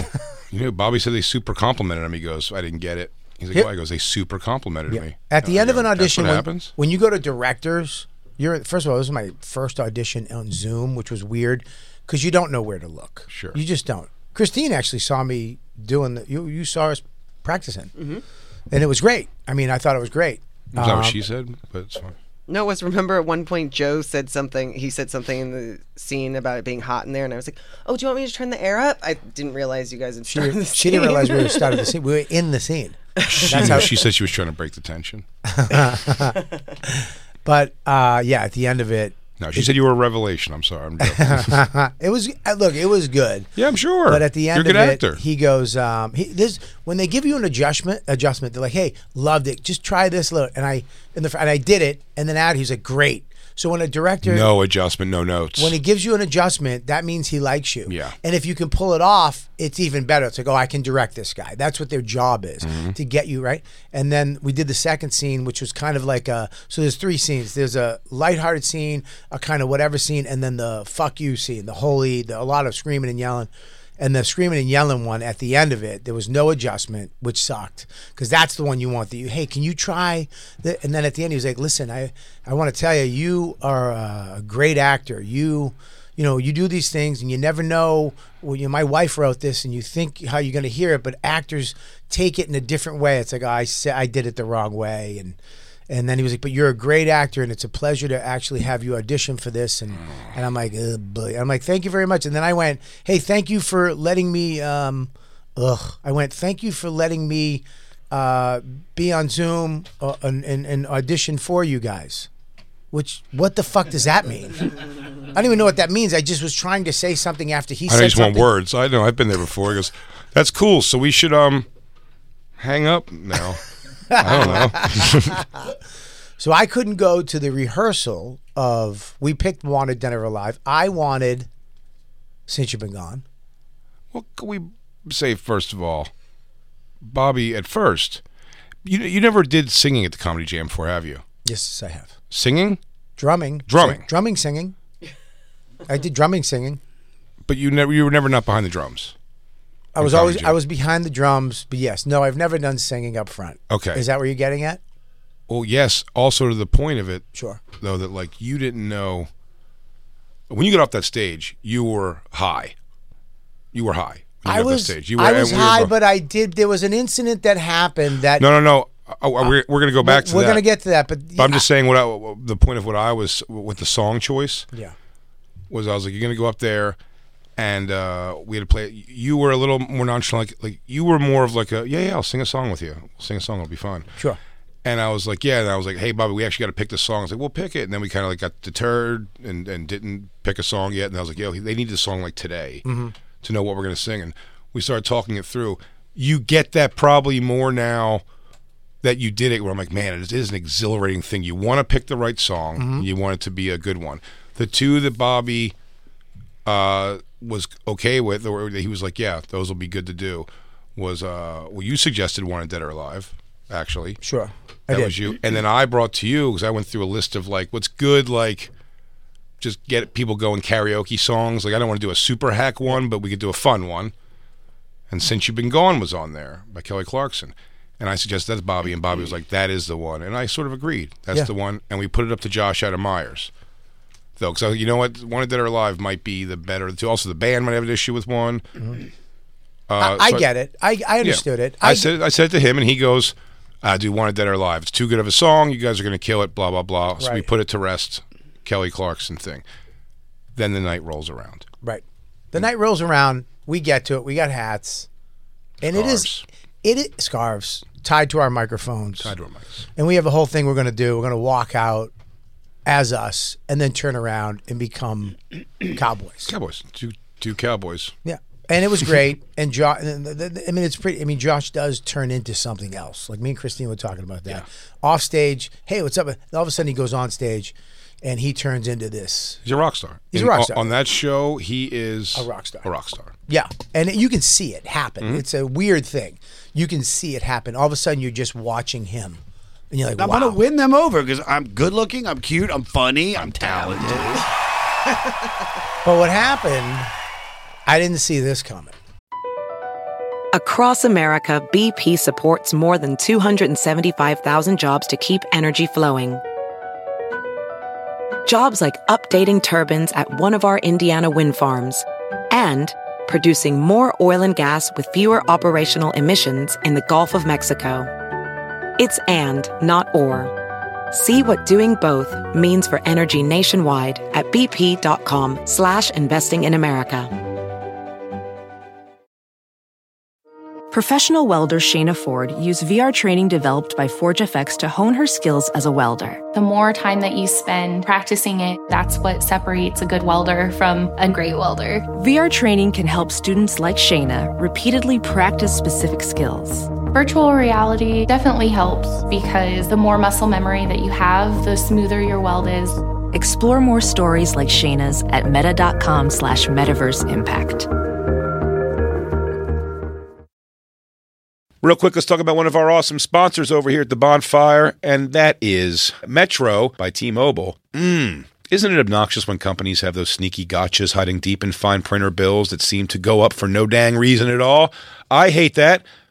[SPEAKER 3] you knew. Bobby said they super complimented him. He goes, I didn't get it. He's like,
[SPEAKER 2] Yep.
[SPEAKER 3] why? He goes, they super complimented me.
[SPEAKER 2] At the
[SPEAKER 3] And I
[SPEAKER 2] end of
[SPEAKER 3] go,
[SPEAKER 2] an audition,
[SPEAKER 3] That's what
[SPEAKER 2] when,
[SPEAKER 3] happens.
[SPEAKER 2] when you go to directors, you're first of all, this is my first audition on Zoom, which was weird because you don't know where to look.
[SPEAKER 3] Sure.
[SPEAKER 2] you just don't. Christine actually saw me doing the. You you saw us practicing,
[SPEAKER 7] Mm-hmm.
[SPEAKER 2] and it was great. I mean, I thought it was great.
[SPEAKER 3] Is that what
[SPEAKER 2] Um,
[SPEAKER 3] she said? But it's fine.
[SPEAKER 7] No, it was remember at one point Joe said something. He said something in the scene about it being hot in there, and I was like, "Oh, do you want me to turn the air up?" I didn't realize you guys had
[SPEAKER 2] she,
[SPEAKER 7] started the
[SPEAKER 2] she didn't
[SPEAKER 7] scene.
[SPEAKER 2] realize we were
[SPEAKER 7] [laughs]
[SPEAKER 2] starting the scene. We were in the scene.
[SPEAKER 3] She,
[SPEAKER 2] [laughs] That's how-
[SPEAKER 3] she said she was trying to break the tension.
[SPEAKER 2] But uh, yeah, at the end of it,
[SPEAKER 3] No, she said you were a revelation. I'm sorry. I'm joking.
[SPEAKER 2] [laughs] it was uh, look, it was good.
[SPEAKER 3] yeah, I'm sure.
[SPEAKER 2] But at the end
[SPEAKER 3] you're a good
[SPEAKER 2] of
[SPEAKER 3] actor.
[SPEAKER 2] it, he goes, um, he, "This when they give you an adjustment, adjustment, they're like, hey, loved it. Just try this little." And I and the and I did it, and then out he's like, "Great." So when a director
[SPEAKER 3] no adjustment, no notes.
[SPEAKER 2] when he gives you an adjustment, that means he likes you.
[SPEAKER 3] Yeah.
[SPEAKER 2] And if you can pull it off, it's even better. It's like, oh, I can direct this guy. That's what their job is
[SPEAKER 3] Mm-hmm.
[SPEAKER 2] to get you right. And then we did the second scene, which was kind of like a so there's three scenes. There's a lighthearted scene, a kind of whatever scene, and then the fuck you scene, the holy, the, a lot of screaming and yelling. And the screaming and yelling one at the end of it, there was no adjustment, which sucked because that's the one you want. That you, hey, can you try? The, and then at the end, he was like, "Listen, I, I want to tell you, you are a great actor. You, you know, you do these things, and you never know. Well, you know, my wife wrote this, and you think how you're going to hear it, but actors take it in a different way. It's like oh, I said, I did it the wrong way, and and then he was like, "But you're a great actor, and it's a pleasure to actually have you audition for this." And and I'm like, "Ugh, boy." I'm like, "Thank you very much." And then I went, "Hey, thank you for letting me." Um, ugh, I went, "Thank you for letting me uh, be on Zoom uh, and, and, and audition for you guys." Which what the fuck does that mean? I don't even know what that means. I just was trying to say something after he
[SPEAKER 3] I
[SPEAKER 2] said
[SPEAKER 3] know just want
[SPEAKER 2] something.
[SPEAKER 3] words. I know. I've been there before. He goes, "That's cool. So we should um, hang up now." I don't
[SPEAKER 2] [laughs]
[SPEAKER 3] know.
[SPEAKER 2] So I couldn't go to the rehearsal of we picked wanted Dead or Alive. I wanted since you've been gone.
[SPEAKER 3] what can we say first of all, Bobby? At first, you you never did singing at the comedy jam before, have you?
[SPEAKER 2] Yes, I have.
[SPEAKER 3] Singing,
[SPEAKER 2] Drumming.
[SPEAKER 3] Drumming.
[SPEAKER 2] Sing- drumming singing. I did drumming singing.
[SPEAKER 3] but you never you were never not behind the drums.
[SPEAKER 2] I was
[SPEAKER 3] comedy
[SPEAKER 2] always
[SPEAKER 3] jam.
[SPEAKER 2] I was behind the drums, but yes, no, I've never done singing up front.
[SPEAKER 3] Okay.
[SPEAKER 2] Is that where you're getting at?
[SPEAKER 3] Well, yes. Also to the point of it,
[SPEAKER 2] Sure.
[SPEAKER 3] though, that like you didn't know when you got off that stage, you were high. You were high. When
[SPEAKER 2] I
[SPEAKER 3] you got off that
[SPEAKER 2] was
[SPEAKER 3] stage. You
[SPEAKER 2] I
[SPEAKER 3] and
[SPEAKER 2] was
[SPEAKER 3] we were
[SPEAKER 2] high,
[SPEAKER 3] both-
[SPEAKER 2] but I did there was an incident that happened that
[SPEAKER 3] no, no, no. Oh, we're we're gonna go back to
[SPEAKER 2] we're
[SPEAKER 3] that.
[SPEAKER 2] gonna get to that, but,
[SPEAKER 3] But I'm just saying what I, the point of what I was with the song choice
[SPEAKER 2] yeah.
[SPEAKER 3] was I was like you're gonna go up there and uh, we had to play. You were a little more nonchalant, like, like you were more of like a yeah yeah I'll sing a song with you. We'll sing a song, it'll be fun.
[SPEAKER 2] Sure.
[SPEAKER 3] And I was like yeah, and I was like hey Bobby, we actually got to pick the song. I was like we'll pick it, and then we kind of like got deterred and and didn't pick a song yet. And I was like yo, they need the song like today to know what we're gonna sing, and we started talking it through. You get that probably more now that you did it where I'm like, man, it is an exhilarating thing. You want to pick the right song, you want it to be a good one. The two that Bobby uh, was okay with, or he was like, yeah, those will be good to do, was uh, well, you suggested one in Dead or Alive, actually.
[SPEAKER 2] Sure. I
[SPEAKER 3] That
[SPEAKER 2] did.
[SPEAKER 3] was you. And then I brought to you because I went through a list of like what's good, like just get people going karaoke songs. Like I don't want to do a super hack one, but we could do a fun one. and Since You've Been Gone was on there by Kelly Clarkson. And I suggested that's Bobby, and Bobby was like, that is the one. And I sort of agreed. That's
[SPEAKER 2] Yeah.
[SPEAKER 3] the one. And we put it up to Josh out of Myers. Though, because you know what? One Dead or Alive might be the better of the two. Also, the band might have an issue with one. Uh,
[SPEAKER 2] Mm-hmm. I
[SPEAKER 3] so
[SPEAKER 2] get it. I, I understood it.
[SPEAKER 3] I, said I said it to him, and he goes, "Ah, "I do Wanted Dead or Alive. It's too good of a song. You guys are going to kill it." Blah blah blah. So we
[SPEAKER 2] Right.
[SPEAKER 3] put it to rest. Kelly Clarkson thing. Then the night rolls around.
[SPEAKER 2] Right. The night rolls around. We get to it. We got hats, and it is
[SPEAKER 3] Scarves.
[SPEAKER 2] it is scarves tied to our microphones,
[SPEAKER 3] I don't mics.
[SPEAKER 2] and we have a whole thing we're going to do. We're going to walk out as us, and then turn around
[SPEAKER 5] [clears throat]
[SPEAKER 2] and become cowboys.
[SPEAKER 3] Cowboys. Two two cowboys.
[SPEAKER 2] Yeah. And it was great. And Josh, I mean, it's pretty. I mean, Josh does turn into something else. Like me and Christine were talking about that. Off stage, hey, what's up? And all of a sudden, he goes on stage, and he turns into this.
[SPEAKER 3] He's a rock star.
[SPEAKER 2] He's a
[SPEAKER 3] And
[SPEAKER 2] rock
[SPEAKER 3] on-
[SPEAKER 2] star.
[SPEAKER 3] On that show, he is
[SPEAKER 2] A rock star.
[SPEAKER 3] A rock star.
[SPEAKER 2] Yeah, and you can see it happen.
[SPEAKER 5] Mm-hmm.
[SPEAKER 2] It's a weird thing. You can see it happen. All of a sudden, you're just watching him, and you're like,
[SPEAKER 5] I'm
[SPEAKER 2] wow.
[SPEAKER 5] gonna win them over because I'm good looking, I'm cute, I'm funny, I'm talented.
[SPEAKER 2] But what happened? I didn't see this coming.
[SPEAKER 9] Across America, BP supports more than 275,000 jobs to keep energy flowing. Jobs like updating turbines at one of our Indiana wind farms and producing more oil and gas with fewer operational emissions in the Gulf of Mexico. It's and, not or. See what doing both means for energy nationwide at bp.com slash investing in America.
[SPEAKER 10] Professional welder Shayna Ford used VR training developed by ForgeFX to hone her skills as a welder.
[SPEAKER 11] The more time that you spend practicing it, that's what separates a good welder from a great welder.
[SPEAKER 10] VR training can help students like Shayna repeatedly practice specific skills.
[SPEAKER 11] Virtual reality definitely helps because the more muscle memory that you have, the smoother your weld is.
[SPEAKER 10] Explore more stories like Shayna's at meta.com slash metaverse impact.
[SPEAKER 3] Real quick, let's talk about one of our awesome sponsors over here at the bonfire, and that is Metro by T Mobile. Mmm. Isn't it obnoxious when companies have those sneaky gotchas hiding deep in fine printer bills that seem to go up for no dang reason at all? I hate that.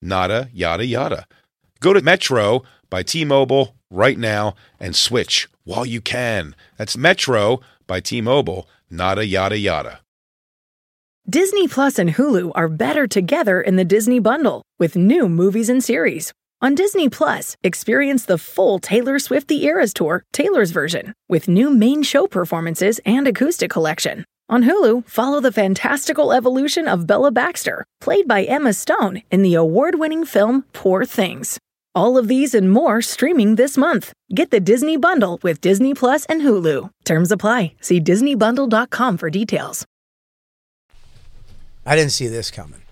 [SPEAKER 3] nada, yada, yada. Go to Metro by T Mobile right now and switch while you can. That's Metro by T Mobile, nada, yada, yada.
[SPEAKER 12] Disney Plus and Hulu are better together in the Disney bundle with new movies and series. On Disney Plus, experience the full Taylor Swift The Eras Tour, Taylor's version, with new main show performances and acoustic collection. On Hulu, follow the fantastical evolution of Bella Baxter, played by Emma Stone in the award winning film Poor Things. All of these and more streaming this month. Get the Disney Bundle with Disney Plus and Hulu. Terms apply. See DisneyBundle.com for details.
[SPEAKER 2] I didn't see this coming.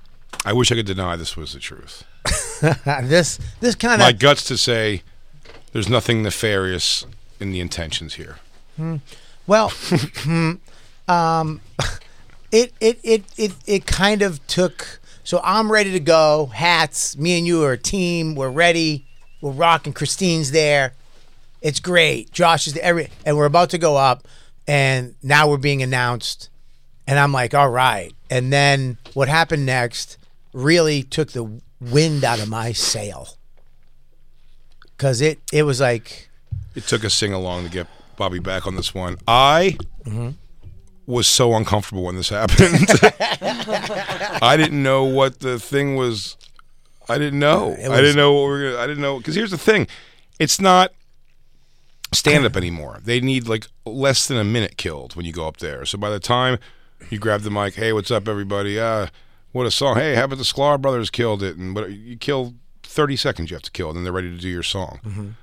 [SPEAKER 3] I wish I could deny this was the truth.
[SPEAKER 2] this this kind
[SPEAKER 3] My
[SPEAKER 2] of
[SPEAKER 3] guts to say there's nothing nefarious in the intentions here.
[SPEAKER 2] well, hmm, um, it it it it it kind of took. So I'm ready to go. Hats. Me and you are a team. We're ready. We're rocking. Christine's there. It's great. Josh is there. Every and we're about to go up, and now we're being announced. And I'm like, all right. And then what happened next really took the wind out of my sail. Cause it it was like
[SPEAKER 3] It took a sing along to get Bobby back on this one. I was so uncomfortable when
[SPEAKER 2] [laughs]
[SPEAKER 3] this [laughs] happened. I didn't know what the thing was. I didn't know.
[SPEAKER 2] It
[SPEAKER 3] I
[SPEAKER 2] was-
[SPEAKER 3] didn't know what we we're gonna. I didn't know because here's the thing, it's not stand up anymore. They need like less than a minute killed when you go up there. So by the time you grab the mic, hey, what's up, everybody? Uh, what a song! Hey, how about the Sklar Brothers killed it? And but you kill thirty seconds. You have to kill, and then they're ready to do your song.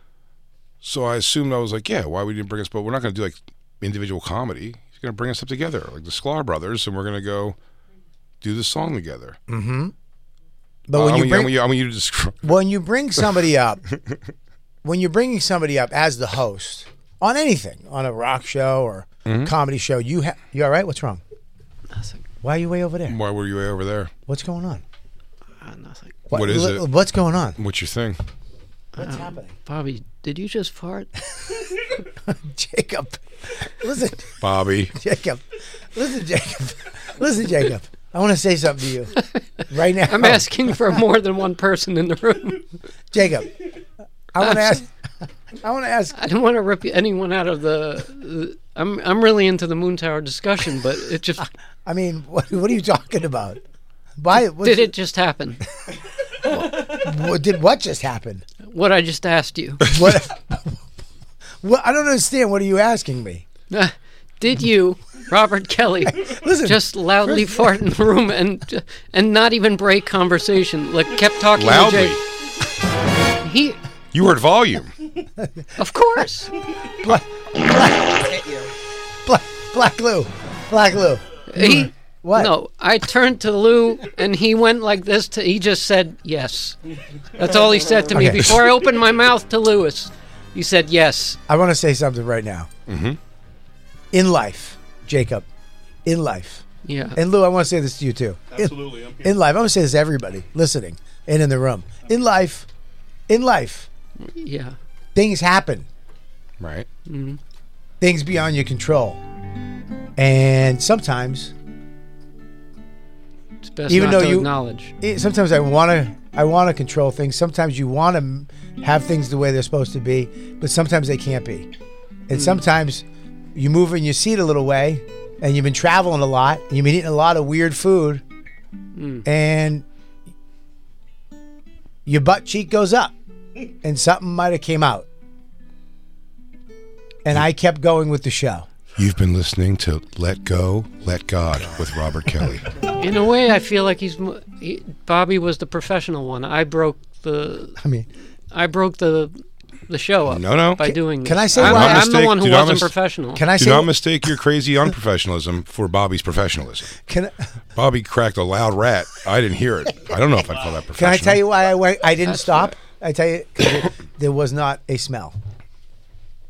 [SPEAKER 3] So I assumed I was like, yeah, why we didn't bring us? But we're not going to do like individual comedy. He's going to bring us up together, like the Sklar Brothers, and we're going to go do the song together.
[SPEAKER 2] Mm-hmm. But
[SPEAKER 3] Uh,
[SPEAKER 2] when
[SPEAKER 3] I
[SPEAKER 2] you
[SPEAKER 3] want
[SPEAKER 2] bring-
[SPEAKER 3] I want you, I want you to describe.
[SPEAKER 2] When you bring somebody
[SPEAKER 3] [laughs]
[SPEAKER 2] up, when you're bringing somebody up as the host on anything, on a rock show or
[SPEAKER 3] Mm-hmm.
[SPEAKER 2] comedy show, you ha- you all right? What's wrong? Nothing. Why are you way over there?
[SPEAKER 3] Why were you way over there?
[SPEAKER 2] What's going on?
[SPEAKER 4] Ah, nothing.
[SPEAKER 3] what is
[SPEAKER 2] li-
[SPEAKER 3] it?
[SPEAKER 2] What's going on?
[SPEAKER 3] What's your thing?
[SPEAKER 4] What's happening? Bobby, did you just fart?
[SPEAKER 2] Jacob, [laughs] listen, [laughs]
[SPEAKER 3] Bobby.
[SPEAKER 2] Jacob, listen, Jacob, listen, Jacob. I want to say something to you right now.
[SPEAKER 4] I'm asking for more than one person in the room.
[SPEAKER 2] Jacob, I want to ask. I want to ask.
[SPEAKER 4] I don't want to rip anyone out of the. the- I'm I'm really into the Moon Tower discussion, but it just
[SPEAKER 2] [laughs] I mean, what, what are you talking about? Why what's-
[SPEAKER 4] did it just happen?
[SPEAKER 2] What, did what just happen?
[SPEAKER 4] What I just asked you.
[SPEAKER 2] [laughs]
[SPEAKER 4] [laughs]
[SPEAKER 2] What? Well, I don't understand. What are you asking me?
[SPEAKER 4] did you, Robert Kelly,
[SPEAKER 2] Listen,
[SPEAKER 4] just loudly
[SPEAKER 2] first-
[SPEAKER 4] fart in the room and and not even break conversation? Like kept talking
[SPEAKER 3] Loudly?
[SPEAKER 4] To Jake. He,
[SPEAKER 3] You heard volume.
[SPEAKER 4] of course.
[SPEAKER 2] Black, Black Lou, Black Lou.
[SPEAKER 4] He,
[SPEAKER 2] What?
[SPEAKER 4] No, I turned to Lou and he went like this. To, he just said yes. That's all he said to me
[SPEAKER 2] Okay.
[SPEAKER 4] before I opened my mouth to Lewis. He said yes.
[SPEAKER 2] I want to say something right now. Mm-hmm. In life, Jacob, in life.
[SPEAKER 4] Yeah.
[SPEAKER 2] And Lou, I want to say this to you too. In-
[SPEAKER 13] Absolutely, I'm here.
[SPEAKER 2] In life, I want to say this to everybody listening and in the room. In life, in life,
[SPEAKER 4] Yeah.
[SPEAKER 2] things happen.
[SPEAKER 3] Right.
[SPEAKER 4] Mm-hmm.
[SPEAKER 2] Things beyond your control. And sometimes
[SPEAKER 4] It's best
[SPEAKER 2] even
[SPEAKER 4] not
[SPEAKER 2] though
[SPEAKER 4] to
[SPEAKER 2] you
[SPEAKER 4] acknowledge.
[SPEAKER 2] it- sometimes I want to I want to control things. Sometimes you want to have things the way they're supposed to be, but sometimes they can't be. And
[SPEAKER 4] Mm.
[SPEAKER 2] sometimes you move in your seat a little way, and you've been traveling a lot, and you've been eating a lot of weird food, Hmm.
[SPEAKER 4] Mm.
[SPEAKER 2] and your butt cheek goes up, and something might have came out. And I kept going with the show.
[SPEAKER 3] You've been listening to Let Go, Let God with Robert Kelly.
[SPEAKER 4] In a way, I feel like he's mo- he, Bobby was the professional one. I broke the.
[SPEAKER 2] I mean,
[SPEAKER 4] I broke the the show up.
[SPEAKER 3] No, no.
[SPEAKER 4] By doing
[SPEAKER 2] can
[SPEAKER 4] this.
[SPEAKER 2] I say
[SPEAKER 4] I'm,
[SPEAKER 2] why-
[SPEAKER 4] I'm
[SPEAKER 3] Mistake-
[SPEAKER 4] the one who
[SPEAKER 3] do not
[SPEAKER 4] wasn't
[SPEAKER 3] mis-
[SPEAKER 4] professional.
[SPEAKER 2] [laughs] Can I
[SPEAKER 3] do
[SPEAKER 2] say
[SPEAKER 3] not
[SPEAKER 2] wh-
[SPEAKER 3] mistake your crazy unprofessionalism for Bobby's professionalism.
[SPEAKER 2] Can I-
[SPEAKER 3] Bobby cracked a loud rat. I didn't hear it. I don't know if I'd call that professional.
[SPEAKER 2] Can I tell you why I went, I didn't stop? I tell you, 'cause it- there was not a smell.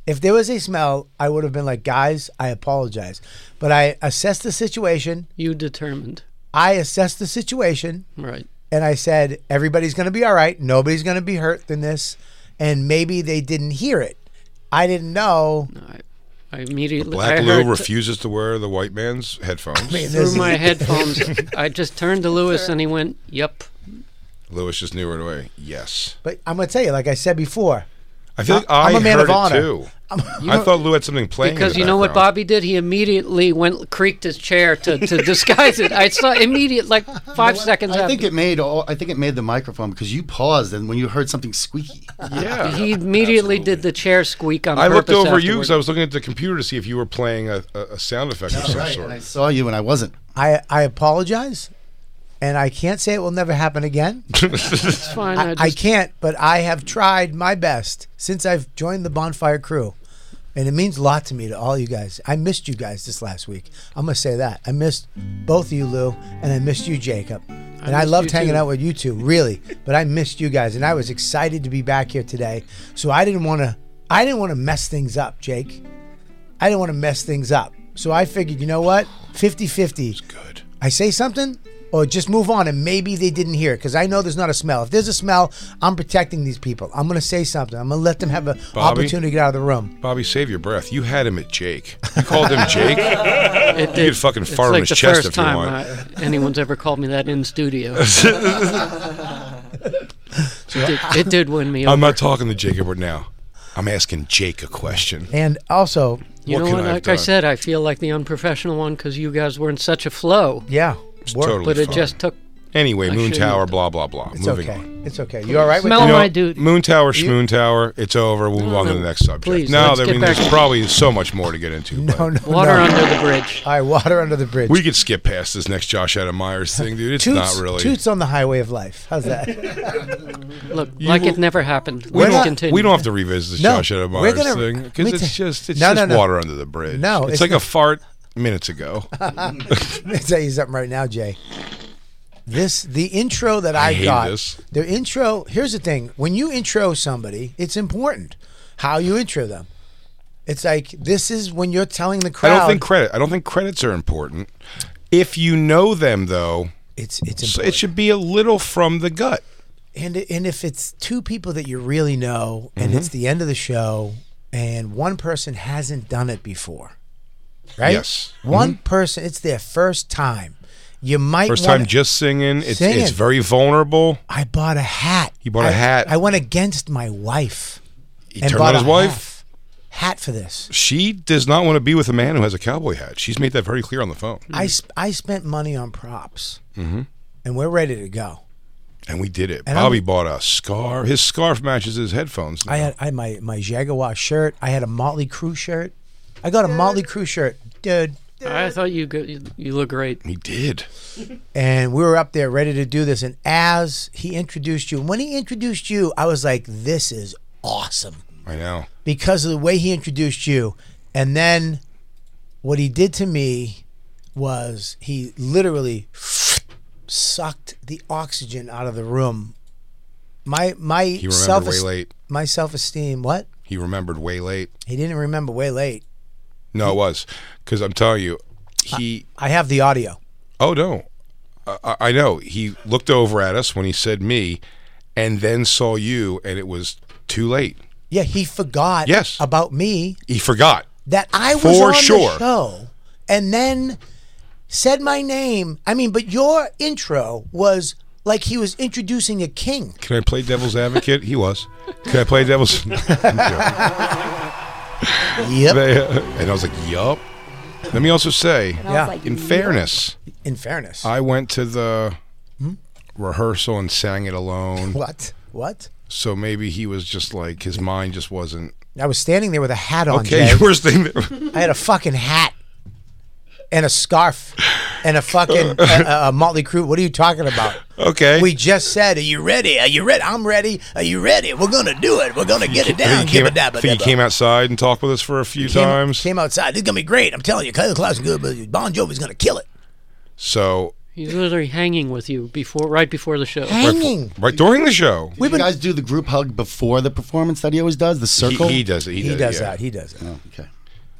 [SPEAKER 2] If there was a smell, I would have been like, guys, I apologize. But I assessed the situation.
[SPEAKER 4] You determined.
[SPEAKER 2] I assessed the situation.
[SPEAKER 4] Right.
[SPEAKER 2] And I said, everybody's going to be all right. Nobody's going to be hurt in this. And maybe they didn't hear it. I didn't know.
[SPEAKER 4] I immediately.
[SPEAKER 3] Black
[SPEAKER 4] I
[SPEAKER 3] Lou
[SPEAKER 4] heard
[SPEAKER 3] refuses to wear the white man's headphones. [laughs]
[SPEAKER 4] through my headphones. I just turned to Lewis and he went, "Yep."
[SPEAKER 3] Lewis just knew right away. Yes.
[SPEAKER 2] But I'm going to tell you, like I said before,
[SPEAKER 3] I think
[SPEAKER 2] I'm
[SPEAKER 3] I
[SPEAKER 2] a man
[SPEAKER 3] heard
[SPEAKER 2] of honor.
[SPEAKER 3] it too.
[SPEAKER 4] You
[SPEAKER 3] I
[SPEAKER 4] know-
[SPEAKER 3] thought Lou had something playing. in
[SPEAKER 4] Because
[SPEAKER 3] the
[SPEAKER 4] you know what
[SPEAKER 3] background.
[SPEAKER 4] Bobby did? He immediately went creaked his chair
[SPEAKER 3] [laughs]
[SPEAKER 4] to, to disguise it. I saw immediate like five seconds
[SPEAKER 13] I
[SPEAKER 4] after.
[SPEAKER 13] think it made all. I think it made the microphone because you paused and when you heard something [laughs] squeaky.
[SPEAKER 3] Yeah.
[SPEAKER 4] he immediately did the chair squeak on
[SPEAKER 3] I looked
[SPEAKER 4] purpose.
[SPEAKER 3] over you
[SPEAKER 4] afterward.
[SPEAKER 3] because I was looking at the computer to see if you were playing a, a, a sound effect of some sort.
[SPEAKER 13] I saw you and I wasn't.
[SPEAKER 2] I, I apologize. And I can't say it will never happen again.
[SPEAKER 4] It's fine.
[SPEAKER 2] I,
[SPEAKER 4] I,
[SPEAKER 2] I
[SPEAKER 4] just-
[SPEAKER 2] can't, but I have tried my best since I've joined the Bonfire crew. And it means a lot to me to all you guys. I missed you guys this last week. I'm going to say that. I missed both of you, Lou, and I missed you, Jacob. And I,
[SPEAKER 4] missed
[SPEAKER 2] loved
[SPEAKER 4] you
[SPEAKER 2] hanging
[SPEAKER 4] too.
[SPEAKER 2] out with you two, really. but I missed you guys, and I was excited to be back here today. So I didn't want to. I didn't want to mess things up, Jake. I didn't want to mess things up. So I figured, you know what? 50 50.
[SPEAKER 3] good.
[SPEAKER 2] I say something or just move on and maybe they didn't hear it because I know there's not a smell. If there's a smell, I'm protecting these people. I'm going to say something. I'm going to let them have an
[SPEAKER 3] Bobby?
[SPEAKER 2] opportunity to get out of the room.
[SPEAKER 3] Bobby, save your breath. You had him at Jake. You called him
[SPEAKER 2] [laughs]
[SPEAKER 3] Jake.
[SPEAKER 4] it
[SPEAKER 3] you could fucking
[SPEAKER 4] it's
[SPEAKER 3] fart on
[SPEAKER 4] like
[SPEAKER 3] his
[SPEAKER 4] the
[SPEAKER 3] chest
[SPEAKER 4] first
[SPEAKER 3] if you
[SPEAKER 4] time
[SPEAKER 3] want.
[SPEAKER 4] I- anyone's ever called me that
[SPEAKER 3] [laughs]
[SPEAKER 4] in studio. it, did, it did win me over.
[SPEAKER 3] I'm not talking to Jacob right now. I'm asking Jake a question.
[SPEAKER 2] And also,
[SPEAKER 4] you
[SPEAKER 3] what
[SPEAKER 4] know
[SPEAKER 3] could
[SPEAKER 4] what?
[SPEAKER 3] I have
[SPEAKER 4] Like I
[SPEAKER 3] done?
[SPEAKER 4] said, I feel like the unprofessional one because you guys were in such a flow.
[SPEAKER 2] yeah.
[SPEAKER 3] It's
[SPEAKER 2] work.
[SPEAKER 3] totally
[SPEAKER 4] but it
[SPEAKER 3] fine.
[SPEAKER 4] just took.
[SPEAKER 3] Anyway,
[SPEAKER 4] I
[SPEAKER 3] Moon
[SPEAKER 4] shouldn't
[SPEAKER 3] Tower,
[SPEAKER 4] have
[SPEAKER 3] blah blah blah.
[SPEAKER 2] It's
[SPEAKER 3] Moving
[SPEAKER 2] okay.
[SPEAKER 3] on.
[SPEAKER 2] It's okay. You all right with
[SPEAKER 4] Smell
[SPEAKER 2] that?
[SPEAKER 4] my dude.
[SPEAKER 3] Moon Tower, Schmoon Tower. It's over. We'll move on to
[SPEAKER 4] no.
[SPEAKER 3] the next subject.
[SPEAKER 4] Please,
[SPEAKER 3] no,
[SPEAKER 4] let's
[SPEAKER 3] I
[SPEAKER 4] get
[SPEAKER 3] mean,
[SPEAKER 4] back
[SPEAKER 3] there's
[SPEAKER 4] to-
[SPEAKER 3] probably so much more to get into.
[SPEAKER 2] [laughs]
[SPEAKER 3] But
[SPEAKER 2] Oh, No, no,
[SPEAKER 4] Water
[SPEAKER 2] no.
[SPEAKER 4] under the bridge.
[SPEAKER 2] All right, water under the bridge.
[SPEAKER 3] we could skip past this next Josh
[SPEAKER 2] [laughs]
[SPEAKER 3] Adam Myers thing, dude. It's
[SPEAKER 2] toots,
[SPEAKER 3] not really.
[SPEAKER 2] toots on the highway of life. How's that?
[SPEAKER 4] Look, like it never happened.
[SPEAKER 3] we,
[SPEAKER 4] Let's
[SPEAKER 3] don't,
[SPEAKER 4] continue.
[SPEAKER 3] we don't have to revisit this
[SPEAKER 2] No,
[SPEAKER 3] Josh Adam
[SPEAKER 2] we're
[SPEAKER 3] Myers
[SPEAKER 2] gonna-
[SPEAKER 3] thing
[SPEAKER 2] let me
[SPEAKER 3] because it's
[SPEAKER 2] tell-
[SPEAKER 3] just it's
[SPEAKER 2] No, no,
[SPEAKER 3] just
[SPEAKER 2] no.
[SPEAKER 3] water under the bridge.
[SPEAKER 2] No,
[SPEAKER 3] it's,
[SPEAKER 2] it's
[SPEAKER 3] like
[SPEAKER 2] not. [laughs]
[SPEAKER 3] a fart minutes ago.
[SPEAKER 2] Let me tell you something right now, Jay. This the intro that I,
[SPEAKER 3] hate
[SPEAKER 2] got.
[SPEAKER 3] this.
[SPEAKER 2] The intro. Here's the thing: when you intro somebody, it's important how you intro them. It's like this is when you're telling the crowd.
[SPEAKER 3] I don't think credit. I don't think credits are important. If you know them, though,
[SPEAKER 2] it's it's
[SPEAKER 3] it should be a little from the gut.
[SPEAKER 2] And and if it's two people that you really know,
[SPEAKER 3] Mm-hmm.
[SPEAKER 2] and it's the end of the show, and one person hasn't done it before, right?
[SPEAKER 3] Yes. Mm-hmm.
[SPEAKER 2] One person, it's their first time. You might
[SPEAKER 3] 1st
[SPEAKER 2] wanna-
[SPEAKER 3] time just singing. It's it's
[SPEAKER 2] Singing.
[SPEAKER 3] very vulnerable.
[SPEAKER 2] I bought a hat.
[SPEAKER 3] You bought a
[SPEAKER 2] a
[SPEAKER 3] hat.
[SPEAKER 2] I went against my wife.
[SPEAKER 3] He turned on his wife.
[SPEAKER 2] Hat, hat for this.
[SPEAKER 3] She does not want to be with a man who has a cowboy hat. She's made that very clear on the phone.
[SPEAKER 2] I sp- I spent money on props,
[SPEAKER 3] hmm
[SPEAKER 2] and we're ready to go.
[SPEAKER 3] And we did it.
[SPEAKER 2] And
[SPEAKER 3] Bobby
[SPEAKER 2] I'm-
[SPEAKER 3] bought a scarf. His scarf matches his headphones.
[SPEAKER 2] I uh, had I had my my Jaguar shirt. I had a Motley Crue shirt. I got a Motley Crue shirt, dude.
[SPEAKER 4] I thought you go, you, you look great.
[SPEAKER 3] He did.
[SPEAKER 2] And we were up there ready to do this. And as he introduced you, and when he introduced you, I was like, "This is awesome."
[SPEAKER 3] I know.
[SPEAKER 2] because of the way he introduced you. And then what he did to me was he literally sucked the oxygen out of the room. My my
[SPEAKER 3] He remembered
[SPEAKER 2] self
[SPEAKER 3] way late.
[SPEAKER 2] my self esteem. What
[SPEAKER 3] He remembered way late.
[SPEAKER 2] he didn't remember way late.
[SPEAKER 3] No, it was because I'm telling you, he.
[SPEAKER 2] I have the audio.
[SPEAKER 3] Oh no, I, I- I know. He looked over at us when he said me, and then saw you, and it was too late.
[SPEAKER 2] Yeah, he forgot
[SPEAKER 3] Yes.
[SPEAKER 2] about me
[SPEAKER 3] He forgot.
[SPEAKER 2] that I was
[SPEAKER 3] For
[SPEAKER 2] on
[SPEAKER 3] sure.
[SPEAKER 2] the show, and then said my name. I mean, but your intro was like he was introducing a king.
[SPEAKER 3] Can I play devil's advocate? he was. Can I play devil's? [laughs]
[SPEAKER 2] Yep.
[SPEAKER 3] And I was like, yup. Let me also say,
[SPEAKER 2] I was Yeah. like,
[SPEAKER 3] in
[SPEAKER 2] yup.
[SPEAKER 3] fairness,
[SPEAKER 2] In fairness,
[SPEAKER 3] I went to the
[SPEAKER 2] Hmm?
[SPEAKER 3] rehearsal and sang it alone.
[SPEAKER 2] what what?
[SPEAKER 3] So maybe he was just like his mind just wasn't.
[SPEAKER 2] I was standing there with a hat on.
[SPEAKER 3] Okay, [laughs]
[SPEAKER 2] Jay.
[SPEAKER 3] you were standing
[SPEAKER 2] [laughs]
[SPEAKER 3] there.
[SPEAKER 2] I had a fucking hat and a scarf and a
[SPEAKER 3] [laughs]
[SPEAKER 2] fucking a, a, a Motley Crue. What are you talking about?
[SPEAKER 3] Okay.
[SPEAKER 2] We just said, "Are you ready? Are you ready? I'm ready. Are you ready? We're gonna do it. We're gonna get it
[SPEAKER 3] I think
[SPEAKER 2] down."
[SPEAKER 3] he came,
[SPEAKER 2] Gibba dabba
[SPEAKER 3] I think he
[SPEAKER 2] dabba.
[SPEAKER 3] came outside and talked with us for a few
[SPEAKER 2] Came-
[SPEAKER 3] times.
[SPEAKER 2] Came outside. This is gonna be great. I'm telling you, Kyle Clarkson good, but Bon Jovi's gonna kill it.
[SPEAKER 3] So
[SPEAKER 4] He's literally hanging with you before, right before the show.
[SPEAKER 2] Hanging.
[SPEAKER 3] right during the show,
[SPEAKER 13] Did you guys do the group hug before the performance that he Um, always does. The circle.
[SPEAKER 3] he does it, he He does it, does yeah. that,
[SPEAKER 2] He does it.
[SPEAKER 13] Oh, okay.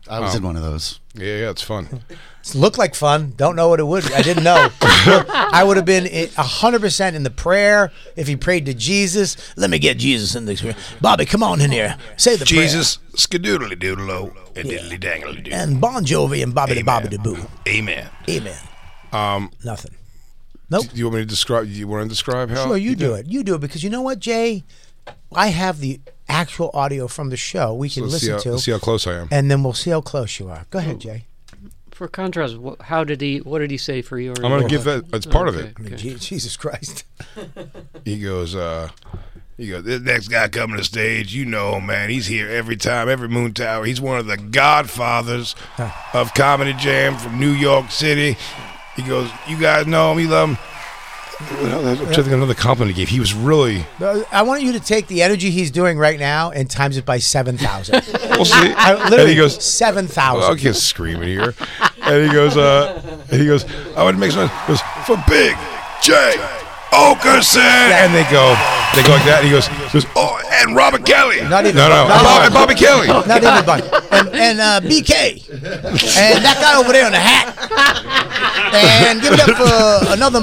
[SPEAKER 13] I was in one of those.
[SPEAKER 3] Yeah, yeah,
[SPEAKER 2] [laughs]
[SPEAKER 3] it's fun.
[SPEAKER 2] It looked like fun. Don't know what it would. I didn't know. I would have been a hundred percent in the prayer if he prayed to Jesus. Let me get Jesus in this. Bobby, come on in here. Say the prayer.
[SPEAKER 3] Jesus, skadoodly doodle o and diddly dangly doo.
[SPEAKER 2] and Bon Jovi and Bobby the Bobby the Boo.
[SPEAKER 3] Amen.
[SPEAKER 2] Amen.
[SPEAKER 3] Um,
[SPEAKER 2] Nothing. Nope.
[SPEAKER 3] Do you want me to describe? You want to describe how?
[SPEAKER 2] Sure, you do it. You do it because you know what, Jay? I have the actual audio from the show we can
[SPEAKER 3] Let's see
[SPEAKER 2] listen
[SPEAKER 3] how-
[SPEAKER 2] to.
[SPEAKER 3] let's see how close I am.
[SPEAKER 2] And then we'll see how close you are. Go ahead, Jay.
[SPEAKER 4] For contrast, wh- how did he? What did he say for your?
[SPEAKER 3] I'm gonna give that. It's part of it.
[SPEAKER 2] I mean, Je- Jesus Christ. [laughs]
[SPEAKER 3] He goes. uh he goes, this next guy coming to stage, you know him, man. He's here every time, every Moon Tower. He's one of the godfathers of Comedy Jam from New York City. He goes, you guys know him, you love him. Well, that's- I'm trying to think of another compliment he gave. He was really,
[SPEAKER 2] Uh, I want you to take the energy he's doing right now and times it by 7,000.
[SPEAKER 3] [laughs] We'll see.
[SPEAKER 2] I-
[SPEAKER 3] And he
[SPEAKER 2] literally,
[SPEAKER 3] goes,
[SPEAKER 2] 7,000.
[SPEAKER 3] I'll get screaming here. And he goes, uh, and he goes, I want to make some noise. He goes, for Big J. Okerson. And they go, they go like that. And he goes, he goes, oh, and Robert Kelly. Not
[SPEAKER 2] even-
[SPEAKER 3] no, no,
[SPEAKER 2] not
[SPEAKER 3] and, Bob-
[SPEAKER 2] even-
[SPEAKER 3] and Bobby Kelly.
[SPEAKER 2] Not everybody. And, and uh, BK. And that guy over there in the hat. And give it up for another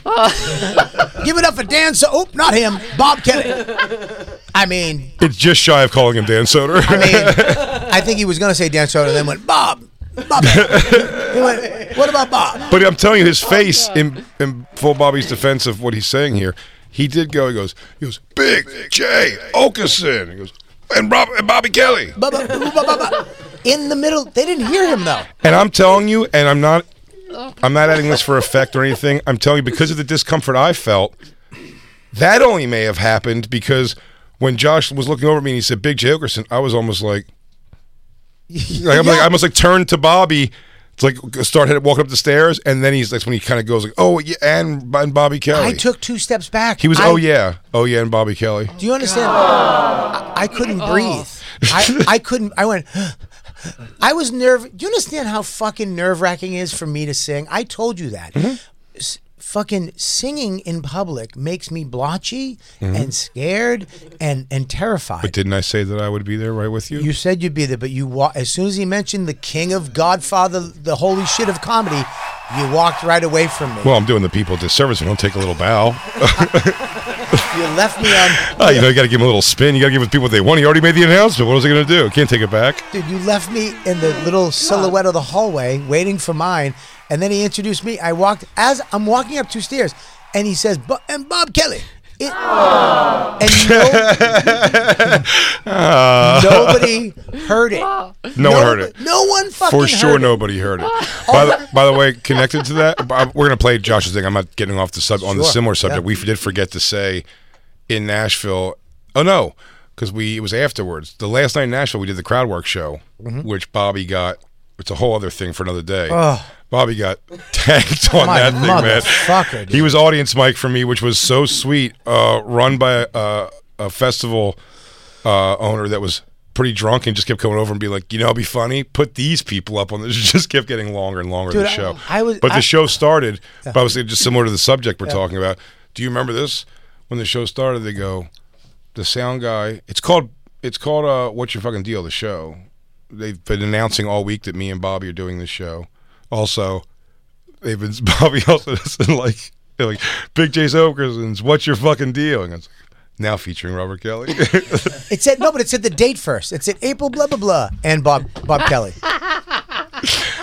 [SPEAKER 2] motherfucker. give it up for Dan. So, oh, not him. Bob Kelly. I mean,
[SPEAKER 3] It's just shy of calling him Dan Soder.
[SPEAKER 2] I think he was going to say Dan Soder, then went, Bob. Bob. He went, what about Bob?
[SPEAKER 3] [laughs] but I'm telling you, his face in, in full Bobby's defense of what he's saying here, he did go. He goes, he goes, Big J. Okerson. He goes, and, Rob, and Bobby Kelly.
[SPEAKER 2] Ba- ba- ba- ba- ba- In the middle. They didn't hear him, though.
[SPEAKER 3] And I'm telling you, and I'm not, I'm not adding this for effect or anything. I'm telling you because of the discomfort I felt. That only may have happened because when Josh was looking over at me and he said "Big J Okerson," I was almost like, like I'm like I almost like turned to Bobby. to like start headed walking up the stairs, and then he's that's when he kind of goes like, "Oh yeah," and, and Bobby Kelly.
[SPEAKER 2] I took two steps back.
[SPEAKER 3] Oh, He was,
[SPEAKER 2] I-
[SPEAKER 3] "Oh yeah, oh yeah," and Bobby Kelly.
[SPEAKER 2] Do you understand? I, I couldn't
[SPEAKER 3] Oh.
[SPEAKER 2] breathe. I, I couldn't. I went. [gasps] I
[SPEAKER 3] Mm-hmm.
[SPEAKER 2] was nerve. Do you understand how fucking nerve wracking is for me to sing? I told you that. S- fucking singing in public makes me blotchy and scared and and terrified.
[SPEAKER 3] Mm-hmm. But didn't I say that I would be there right with you?
[SPEAKER 2] You said you'd be there, but you wa- as soon as he mentioned the king of Godfather, the holy shit of comedy, you walked right away from me.
[SPEAKER 3] Well, I'm doing the people a disservice. if I don't take a little bow.
[SPEAKER 2] you left me on,
[SPEAKER 3] Ah, you know, you got to give them a little spin. You got to give the people what they want. He already made the announcement. What was I going to do? Can't take it back.
[SPEAKER 2] dude. You left me in the little silhouette of the hallway, waiting for mine. And then he introduced me. I walked as I'm walking up two stairs, and he says, "Bu- "And Bob Kelly." It- and
[SPEAKER 3] Ah. [laughs]
[SPEAKER 2] nobody heard it. No
[SPEAKER 3] No one heard it.
[SPEAKER 2] No one fucking
[SPEAKER 3] For sure,
[SPEAKER 2] heard it.
[SPEAKER 3] nobody heard it. by, the, by the way, connected to that, b- uh, we're going to play Josh's thing. I'm not getting off the sub on the
[SPEAKER 14] Sure,
[SPEAKER 3] similar subject.
[SPEAKER 14] yeah.
[SPEAKER 3] We did forget to say in Nashville. Oh no, because we it was afterwards. The last night in Nashville, we did the crowd work show,
[SPEAKER 14] Mhm.
[SPEAKER 3] which Bobby got. It's a whole other thing for another day.
[SPEAKER 14] Ugh.
[SPEAKER 3] Bobby got [laughs] tanked on
[SPEAKER 14] My
[SPEAKER 3] that thing, man.
[SPEAKER 14] motherfucker,
[SPEAKER 3] He was audience mic for me, which was so sweet. Uh, run by a, a festival uh, owner that was pretty drunk and just kept coming over and be like, you know, it'd be funny. Put these people up on this. [laughs] It Just kept getting longer and longer
[SPEAKER 2] Dude,
[SPEAKER 3] the
[SPEAKER 2] I-
[SPEAKER 3] show.
[SPEAKER 2] I was-
[SPEAKER 3] but
[SPEAKER 2] I-
[SPEAKER 3] the show started.
[SPEAKER 2] Yeah.
[SPEAKER 3] But I was saying, just similar to the subject we're
[SPEAKER 2] Yeah.
[SPEAKER 3] talking about. Do you remember this? When the show started, they go, the sound guy. It's called. It's called. Uh, What's your fucking deal? The show. They've been announcing all week that me and Bobby are doing this show. Also, they've been [laughs] Bobby also doesn't like they're like Big J's Okerson's What's your fucking deal? And it's like, now featuring Robert Kelly. [laughs]
[SPEAKER 2] It said no, but it said the date first. It said April blah blah blah and Bob Bob Kelly.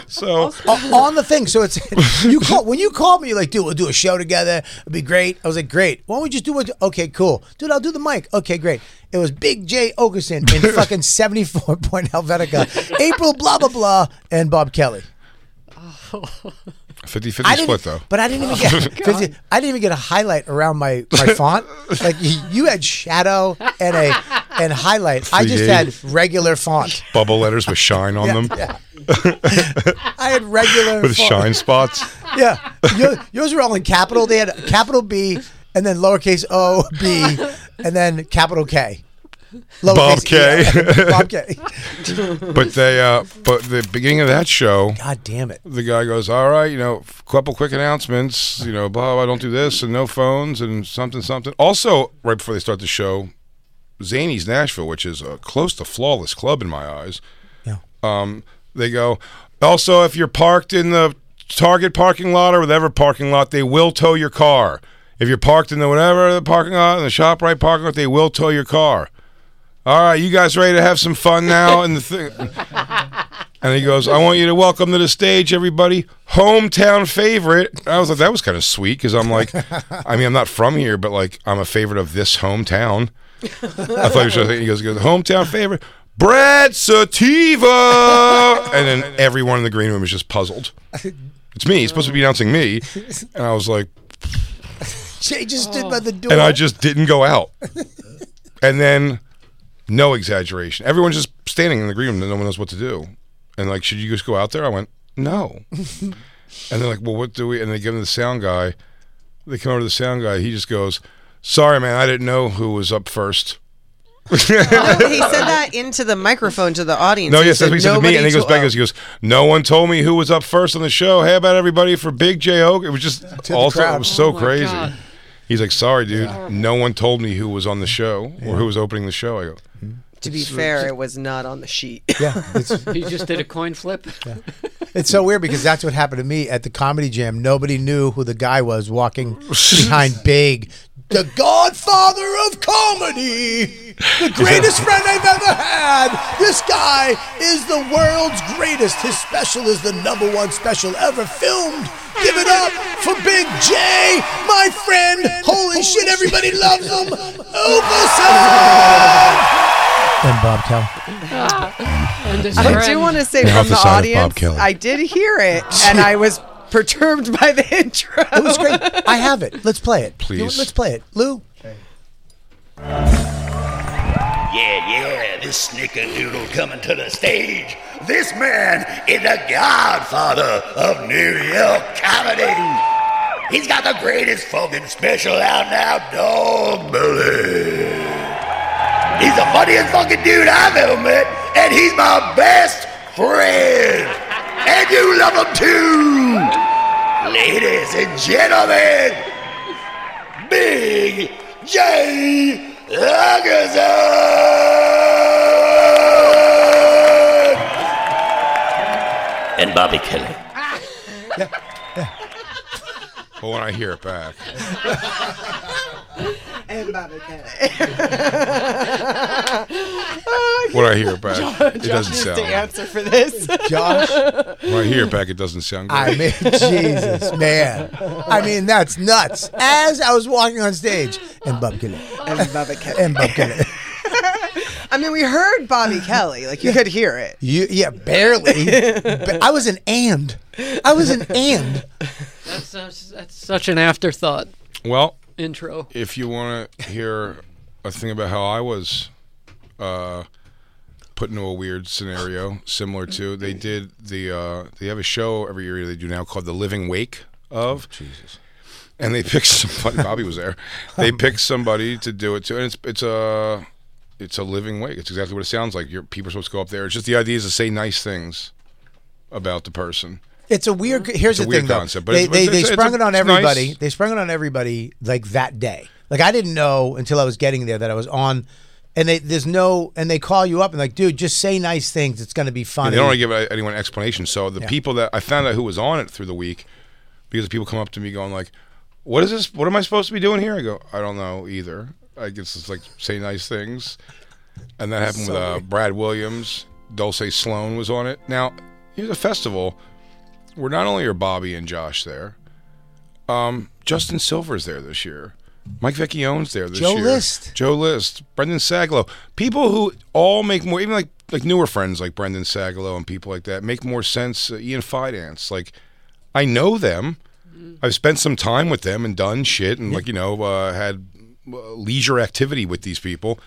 [SPEAKER 3] So
[SPEAKER 2] O- [laughs] on the thing, so it's you call when you called me, you're like, dude, we'll do a show together. It'll be great. I was like, great. Why don't we just do it? Okay, cool, dude. I'll do the mic. Okay, great. It was Big J Okerson
[SPEAKER 3] [laughs]
[SPEAKER 2] in fucking seventy four point Helvetica, April blah blah blah, and Bob Kelly.
[SPEAKER 3] 50
[SPEAKER 2] I
[SPEAKER 3] 50
[SPEAKER 2] didn't- e-,
[SPEAKER 3] split though.
[SPEAKER 2] But I didn't even
[SPEAKER 3] [laughs]
[SPEAKER 2] get. [laughs] 50 I didn't even get a highlight around my my font. Like y- you had shadow and a and highlight. I just
[SPEAKER 3] Yeah.
[SPEAKER 2] had regular font.
[SPEAKER 3] Bubble letters with shine on
[SPEAKER 2] Yeah,
[SPEAKER 3] them.
[SPEAKER 2] yeah. I had regular
[SPEAKER 3] With
[SPEAKER 2] font. [laughs]
[SPEAKER 3] shine spots.
[SPEAKER 2] Yeah, Yo- yours were all in capital. They had capital B and then lowercase O B and then capital K.
[SPEAKER 3] Bob
[SPEAKER 2] Lowercase E,
[SPEAKER 3] K.
[SPEAKER 2] Bob K. [laughs]
[SPEAKER 3] but they uh but the beginning of that show
[SPEAKER 2] God damn it.
[SPEAKER 3] The guy goes, All right, you know, f- couple quick announcements, you know, blah blah don't do this and no phones and something something. Also, right before they start the show, Zany's Nashville, which is a close to flawless club in my eyes.
[SPEAKER 2] Yeah.
[SPEAKER 3] Um, they go, also if you're parked in the Target parking lot or whatever parking lot, they will tow your car. If you're parked in the whatever the parking lot, in the shop right parking lot, they will tow your car. All right, you guys ready to have some fun now? And the thing, and he goes, I want you to welcome to the stage, everybody, hometown favorite. I was like, that was kind of sweet because I'm like, I mean, I'm not from here, but like, I'm a favorite of this hometown. I thought he was just, he goes, he goes, hometown favorite, Brad Sativa. And then everyone in the green room is just puzzled. It's me. He's supposed to be announcing me. And I was like,
[SPEAKER 2] Jay just stood by the door.
[SPEAKER 3] and I just didn't go out. and then, no exaggeration, everyone's just standing in the green room, and no one knows what to do. And like, should you just go out there? I went, no. and they're like, well, what do we? And they give him the sound guy. They come over to the sound guy. He just goes, sorry, man, I didn't know who was up first.
[SPEAKER 7] he said that into the microphone to the audience.
[SPEAKER 3] No, yes, that's
[SPEAKER 7] said
[SPEAKER 3] what he said to me.
[SPEAKER 7] nobody
[SPEAKER 3] And he goes
[SPEAKER 7] to-
[SPEAKER 3] back, he goes, no one told me who was up first on the show. How about everybody for Big J Oak? It was just
[SPEAKER 2] the
[SPEAKER 3] also
[SPEAKER 2] crowd.
[SPEAKER 3] it was so
[SPEAKER 2] Oh, my
[SPEAKER 3] crazy.
[SPEAKER 2] God.
[SPEAKER 3] He's like, sorry, dude, no one told me who was on the show or who was opening the show. I go,
[SPEAKER 7] To be fair, it was not on the sheet.
[SPEAKER 2] Yeah,
[SPEAKER 4] he just did a coin flip.
[SPEAKER 2] It's so weird because that's what happened to me at the comedy jam. Nobody knew who the guy was walking behind Big. The godfather of comedy, the greatest friend I've ever had. This guy is the world's greatest. His special is the number one special ever filmed. Give it up for Big J, my friend. Holy shit, everybody loves him. Overson! And Bob Kelly.
[SPEAKER 7] I do want to say
[SPEAKER 2] Now
[SPEAKER 7] from
[SPEAKER 2] off the
[SPEAKER 7] the,
[SPEAKER 2] side of Bob
[SPEAKER 7] audience,
[SPEAKER 2] Kelly.
[SPEAKER 7] I did hear it, and I was perturbed by the intro.
[SPEAKER 2] It was great. I have it. Let's play it. You know what?
[SPEAKER 14] Please.
[SPEAKER 2] Let's play it. Lou,
[SPEAKER 14] Yeah, yeah, this snickerdoodle coming to the stage. This man is the godfather of New York comedy. He's got the greatest fucking special out now, dog Billy. He's the funniest fucking dude I've ever met, and he's my best friend. And you love him too.
[SPEAKER 2] Ladies and gentlemen, Big J. Lagerson!
[SPEAKER 15] And Bobby Kelly.
[SPEAKER 3] But when I hear it back,
[SPEAKER 16] and Bobby Kelly.
[SPEAKER 3] When I hear it back,
[SPEAKER 16] Josh,
[SPEAKER 3] it doesn't
[SPEAKER 16] is
[SPEAKER 3] sound
[SPEAKER 16] The
[SPEAKER 3] right.
[SPEAKER 16] answer for this,
[SPEAKER 7] Josh?
[SPEAKER 3] when I hear it back, it doesn't sound good.
[SPEAKER 7] I mean, [laughs] Jesus, man. I mean, that's nuts. As I was walking on stage, and Bob Kelly.
[SPEAKER 16] And Bob Kelly.
[SPEAKER 7] and Bob Kelly.
[SPEAKER 16] I mean, we heard Bobby Kelly. Like you could hear it.
[SPEAKER 7] You, yeah, barely. But I was an and. I was an and.
[SPEAKER 4] That's, that's, that's such an afterthought.
[SPEAKER 3] Well,
[SPEAKER 4] Intro.
[SPEAKER 3] If you want to hear a thing about how I was uh, put into a weird scenario similar to they did the uh, they have a show every year they do now called the Living Wake of Jesus. And they picked somebody. Bobby was there. They picked somebody to do it to, and it's it's a it's a living wake. It's exactly what it sounds like. Your people are supposed to go up there. It's just the idea is to say nice things about the person.
[SPEAKER 7] It's a weird. Here's
[SPEAKER 3] It's a
[SPEAKER 7] the
[SPEAKER 3] weird
[SPEAKER 7] thing, though.
[SPEAKER 3] concept, but
[SPEAKER 7] they
[SPEAKER 3] it's-
[SPEAKER 7] they,
[SPEAKER 3] it's-
[SPEAKER 7] they
[SPEAKER 3] it's a-
[SPEAKER 7] sprung it on
[SPEAKER 3] it's nice.
[SPEAKER 7] everybody. They sprung it on everybody like that day. Like I didn't know until I was getting there that I was on. And they, there's no, and they call you up and like, dude, just say nice things. It's going to be
[SPEAKER 3] And
[SPEAKER 7] funny.
[SPEAKER 3] they don't want to give anyone an explanation. So the
[SPEAKER 7] Yeah.
[SPEAKER 3] people that I found out who was on it through the week, because people come up to me going like, "What is this? What am I supposed to be doing here?" I go, "I don't know either. I guess it's like say nice things." And that happened with
[SPEAKER 17] So
[SPEAKER 3] uh,
[SPEAKER 17] weird.
[SPEAKER 3] Brad Williams. Dulce Sloan was on it. Now here's a festival where not only are Bobby and Josh there, um, Justin Silver's there this year. Mike Vecchione's there this
[SPEAKER 7] Joe
[SPEAKER 3] year.
[SPEAKER 7] List.
[SPEAKER 3] Joe List, Brendan Sagalow, people who all make more, even like like newer friends like Brendan Sagalow and people like that make more sense. Uh, Ian Fidance, like I know them. I've spent some time with them and done shit and like you know uh, had uh, leisure activity with these people.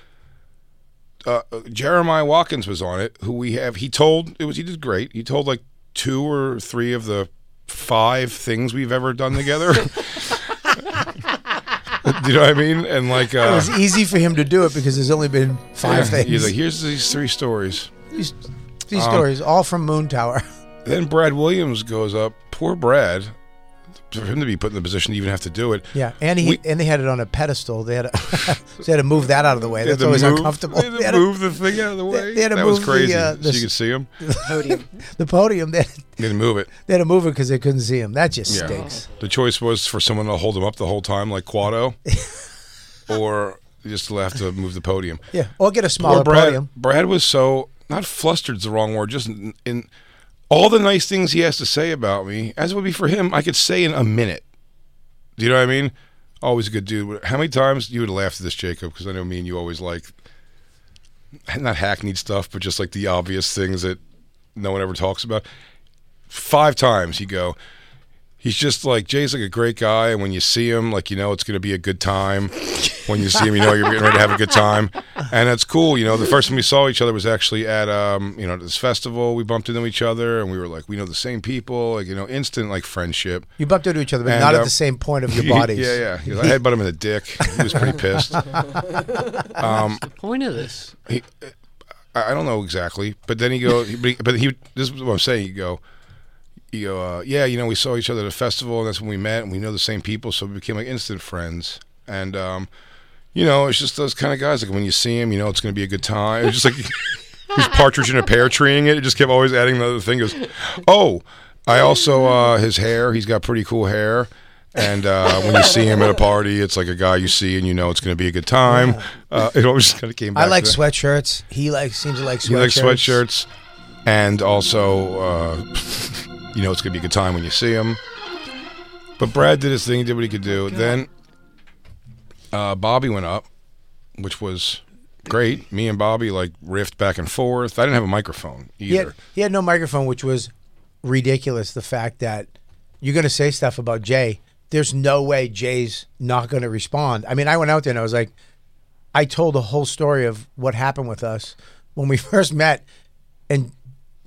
[SPEAKER 3] Uh, uh, Jeremiah Watkins was on it, who we have. He told it was he did great. He told like two or three of the five things we've ever done
[SPEAKER 7] [laughs]
[SPEAKER 3] together. [laughs] Do you know what I mean? And like uh,
[SPEAKER 7] it was easy for him to do it because there's only been five
[SPEAKER 3] yeah,
[SPEAKER 7] things.
[SPEAKER 3] He's like, here's these three stories.
[SPEAKER 7] these these
[SPEAKER 3] Um,
[SPEAKER 7] stories, all from Moon Tower. [laughs]
[SPEAKER 3] Then Brad Williams goes up. Poor Brad. For him to be put in the position to even have to do it.
[SPEAKER 7] Yeah, and he
[SPEAKER 3] We-
[SPEAKER 7] and they had it on a pedestal. They had a, [laughs] so they had to move that out of the way.
[SPEAKER 3] They had
[SPEAKER 7] That's
[SPEAKER 3] to
[SPEAKER 7] always
[SPEAKER 3] move-
[SPEAKER 7] uncomfortable.
[SPEAKER 3] They had to move the thing out of the way.
[SPEAKER 7] They, had to
[SPEAKER 3] that
[SPEAKER 7] move
[SPEAKER 3] was crazy.
[SPEAKER 7] The, uh,
[SPEAKER 3] so
[SPEAKER 7] the,
[SPEAKER 3] you could see him.
[SPEAKER 16] podium.
[SPEAKER 7] the podium. They had,
[SPEAKER 3] They had to move it.
[SPEAKER 7] they had to move it because they couldn't see him. That just
[SPEAKER 3] Yeah.
[SPEAKER 7] stinks.
[SPEAKER 3] The choice was for someone to hold him up the whole time, like
[SPEAKER 7] [laughs]
[SPEAKER 3] Quado, or just to have to move the podium.
[SPEAKER 7] Yeah, or get a smaller
[SPEAKER 3] Poor Brad,
[SPEAKER 7] podium.
[SPEAKER 3] Brad was so not flustered's the wrong word. Just in, in all the nice things he has to say about me, as it would be for him, I could say in a minute. Do you know what I mean? Always a good dude. How many times you would laugh at this, Jacob? Because I know me and you always like not hackneyed stuff, but just like the obvious things that no one ever talks about. Five times you go. He's just like Jay's like a great guy, and when you see him, like you know it's going to be a good time. When you see him, you know you're getting ready to have a good time, and that's cool. You know, the first time we saw each other was actually at um, you know this festival. We bumped into each other, and we were like, we know the same people. Like you know, instant like friendship.
[SPEAKER 7] You bumped into each other, but
[SPEAKER 3] And,
[SPEAKER 7] not
[SPEAKER 3] um,
[SPEAKER 7] at the same point of your
[SPEAKER 3] [laughs]
[SPEAKER 7] bodies.
[SPEAKER 3] yeah, yeah. He was like, I headbutt him in the dick. He was pretty pissed. Um,
[SPEAKER 4] What's the point of this?
[SPEAKER 3] he, I I don't know exactly, but then he go, but he, but he this is what I'm saying. You go, you go, uh, yeah, you know, we saw each other at a festival, and that's when we met, and we know the same people, so we became like instant friends. And um, you know, it's just those kind of guys. Like when you see him, you know, it's going to be a good time. It's just like [laughs] he's partridge in a pear treeing it. It just kept always adding another thing. Goes, oh, I also uh, his hair. He's got pretty cool hair. And uh, when you see him at a party, it's like a guy you see and you know it's going to be a good time. Uh, it always kind of came back.
[SPEAKER 7] I like
[SPEAKER 3] to that.
[SPEAKER 7] sweatshirts. He like seems to like sweatshirts.
[SPEAKER 3] You like sweatshirts, and also, uh, [laughs] you know, it's gonna be a good time when you see him. But Brad did his thing; he did what he could do. Then uh, Bobby went up, which was great. Me and Bobby like riffed back and forth. I didn't have a microphone
[SPEAKER 7] He
[SPEAKER 3] either.
[SPEAKER 7] had, he had no microphone, which was ridiculous. The fact that you're going to say stuff about Jay, there's no way Jay's not going to respond. I mean, I went out there and I was like, I told the whole story of what happened with us when we [laughs] first met, and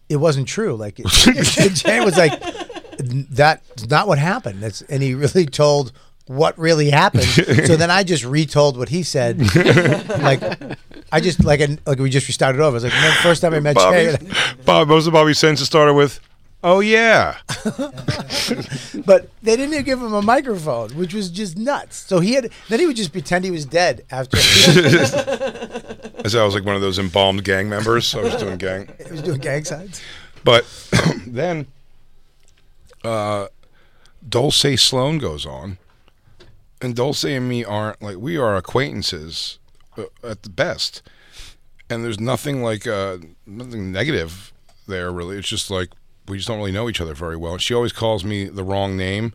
[SPEAKER 7] it wasn't true. Like [laughs] Jay was like, "That's not what happened." That's and he really told what really happened. so then I just retold what he said. like I
[SPEAKER 3] [laughs]
[SPEAKER 7] just like and- like we just restarted over. I was like, "Man, first time I met Jay,
[SPEAKER 3] Bobby, Bob, most of Bobby's sentences started with, Oh yeah. [laughs]
[SPEAKER 7] but they didn't even give him a microphone, which was just nuts. So he had then he would just pretend he was dead after. [laughs]
[SPEAKER 3] As I was like one of those embalmed gang members. I was doing gang.
[SPEAKER 7] he was doing gang signs.
[SPEAKER 3] But [coughs] then uh, Dulce Sloan goes on, and Dulce and me aren't like we are acquaintances uh, at the best, and there's nothing like uh, nothing negative there really. It's just like we just don't really know each other very well. And she always calls me the wrong name.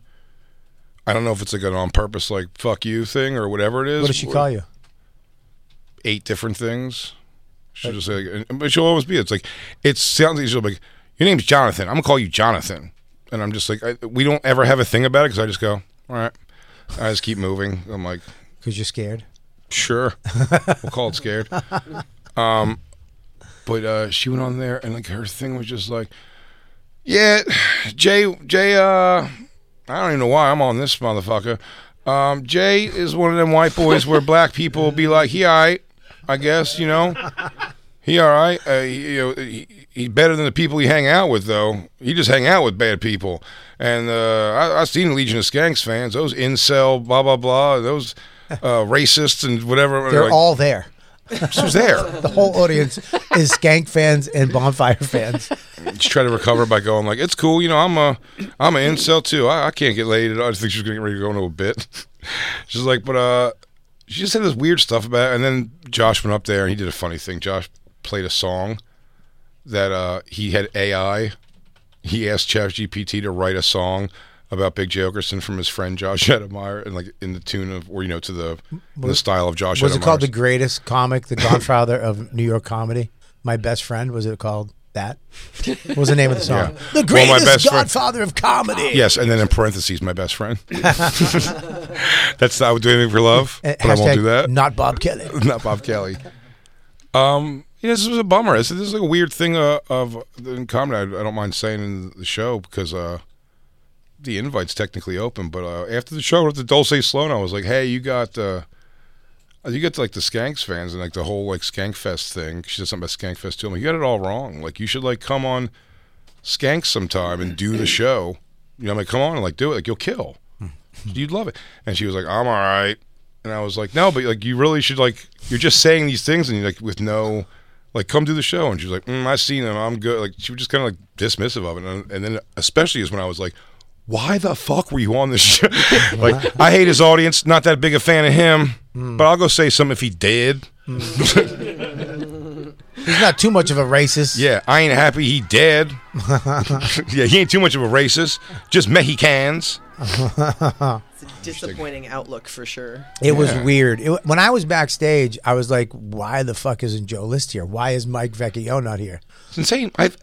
[SPEAKER 3] I don't know if it's like an on purpose like fuck you thing or whatever it is.
[SPEAKER 7] What does she call you?
[SPEAKER 3] eight different things. She'll just say, and- but she'll always be. It's like it sounds. like She'll be like, "Your name's Jonathan. I'm gonna call you Jonathan," and I'm just like, I, we don't ever have a thing about it because I just go, "All right," I just keep moving. I'm like,
[SPEAKER 7] Because you're scared.
[SPEAKER 3] Sure. we'll call it
[SPEAKER 7] [laughs]
[SPEAKER 3] scared. Um, but uh, she went on there and like her thing was just like, yeah, Jay, Jay, uh, I don't even know why I'm on this motherfucker. Um, Jay is one of them white boys where black people be like, he all right, I guess, you know? He all right. Uh, he, you know, he, he's better than the people he hang out with, though. He just hang out with bad people. And uh, I, I've seen Legion of Skanks fans. Those incel, blah blah blah. Those uh, racists and whatever.
[SPEAKER 7] They're
[SPEAKER 3] like-
[SPEAKER 7] all there.
[SPEAKER 3] Who's there?
[SPEAKER 7] the whole audience is skank fans and
[SPEAKER 3] [laughs]
[SPEAKER 7] bonfire fans.
[SPEAKER 3] She tried to recover by going like, "It's cool, you know. I'm a, I'm an incel too. I, I can't get laid." I just think she was getting ready to go into a bit. [laughs] She's like, "But uh," she just said this weird stuff about. It. And then Josh went up there and he did a funny thing. Josh played a song that uh he had AI. He asked ChatGPT to write a song about Big J Okerson from his friend Josh Edemeyer and like in the tune of or you know to the in the
[SPEAKER 7] Was-
[SPEAKER 3] style of Josh.
[SPEAKER 7] Was it called
[SPEAKER 3] Edemeyer's.
[SPEAKER 7] the greatest comic, the godfather of New York comedy? My best friend. Was it called that? What was the name of the song?
[SPEAKER 3] Yeah.
[SPEAKER 7] The
[SPEAKER 3] Well,
[SPEAKER 7] greatest
[SPEAKER 3] my best friend-
[SPEAKER 7] godfather of comedy.
[SPEAKER 3] Yes, and then in parentheses, my best
[SPEAKER 7] [laughs]
[SPEAKER 3] friend. [laughs] That's I would do anything for love,
[SPEAKER 7] And
[SPEAKER 3] but I
[SPEAKER 7] Uh, hashtag
[SPEAKER 3] won't do that.
[SPEAKER 7] Not Bob Kelly.
[SPEAKER 3] [laughs] not Bob Kelly. Um, you know, this was a bummer. This, this is like a weird thing uh, of in comedy. I, I don't mind saying in the show because uh, the invite's technically open. But uh, after the show with the Dulce Sloan, I was like, "Hey, you got uh, you got like the Skanks fans and like the whole like Skankfest thing." She said something about Skankfest too. I'm like, "You got it all wrong. Like, you should like come on Skanks sometime and do the show." You know, I'm like, "Come on and like do it. Like, you'll kill. You'd love it." And she was like, "I'm all right." And I was like, "No, but like you really should like you're just saying these things and you're like with no." Like come do the show, and she was like, mm, "I seen them. I'm good." Like she was just kind of like dismissive of it, and, and then especially is when I was like, why the fuck were you on this show? [laughs] like, I hate his audience. Not that big a fan of him, but I'll go say something if he did.
[SPEAKER 7] He's not too much of a
[SPEAKER 3] [laughs]
[SPEAKER 7] racist.
[SPEAKER 3] yeah, I ain't happy he dead. yeah, he ain't too much of a racist. Just Mexicans.
[SPEAKER 2] It's a disappointing outlook for sure.
[SPEAKER 7] It was
[SPEAKER 3] Yeah.
[SPEAKER 7] weird. It, wa- when I was backstage, I was like, "Why the fuck isn't Joe List here? Why is Mike Vecchio not here?"
[SPEAKER 3] It's insane. I have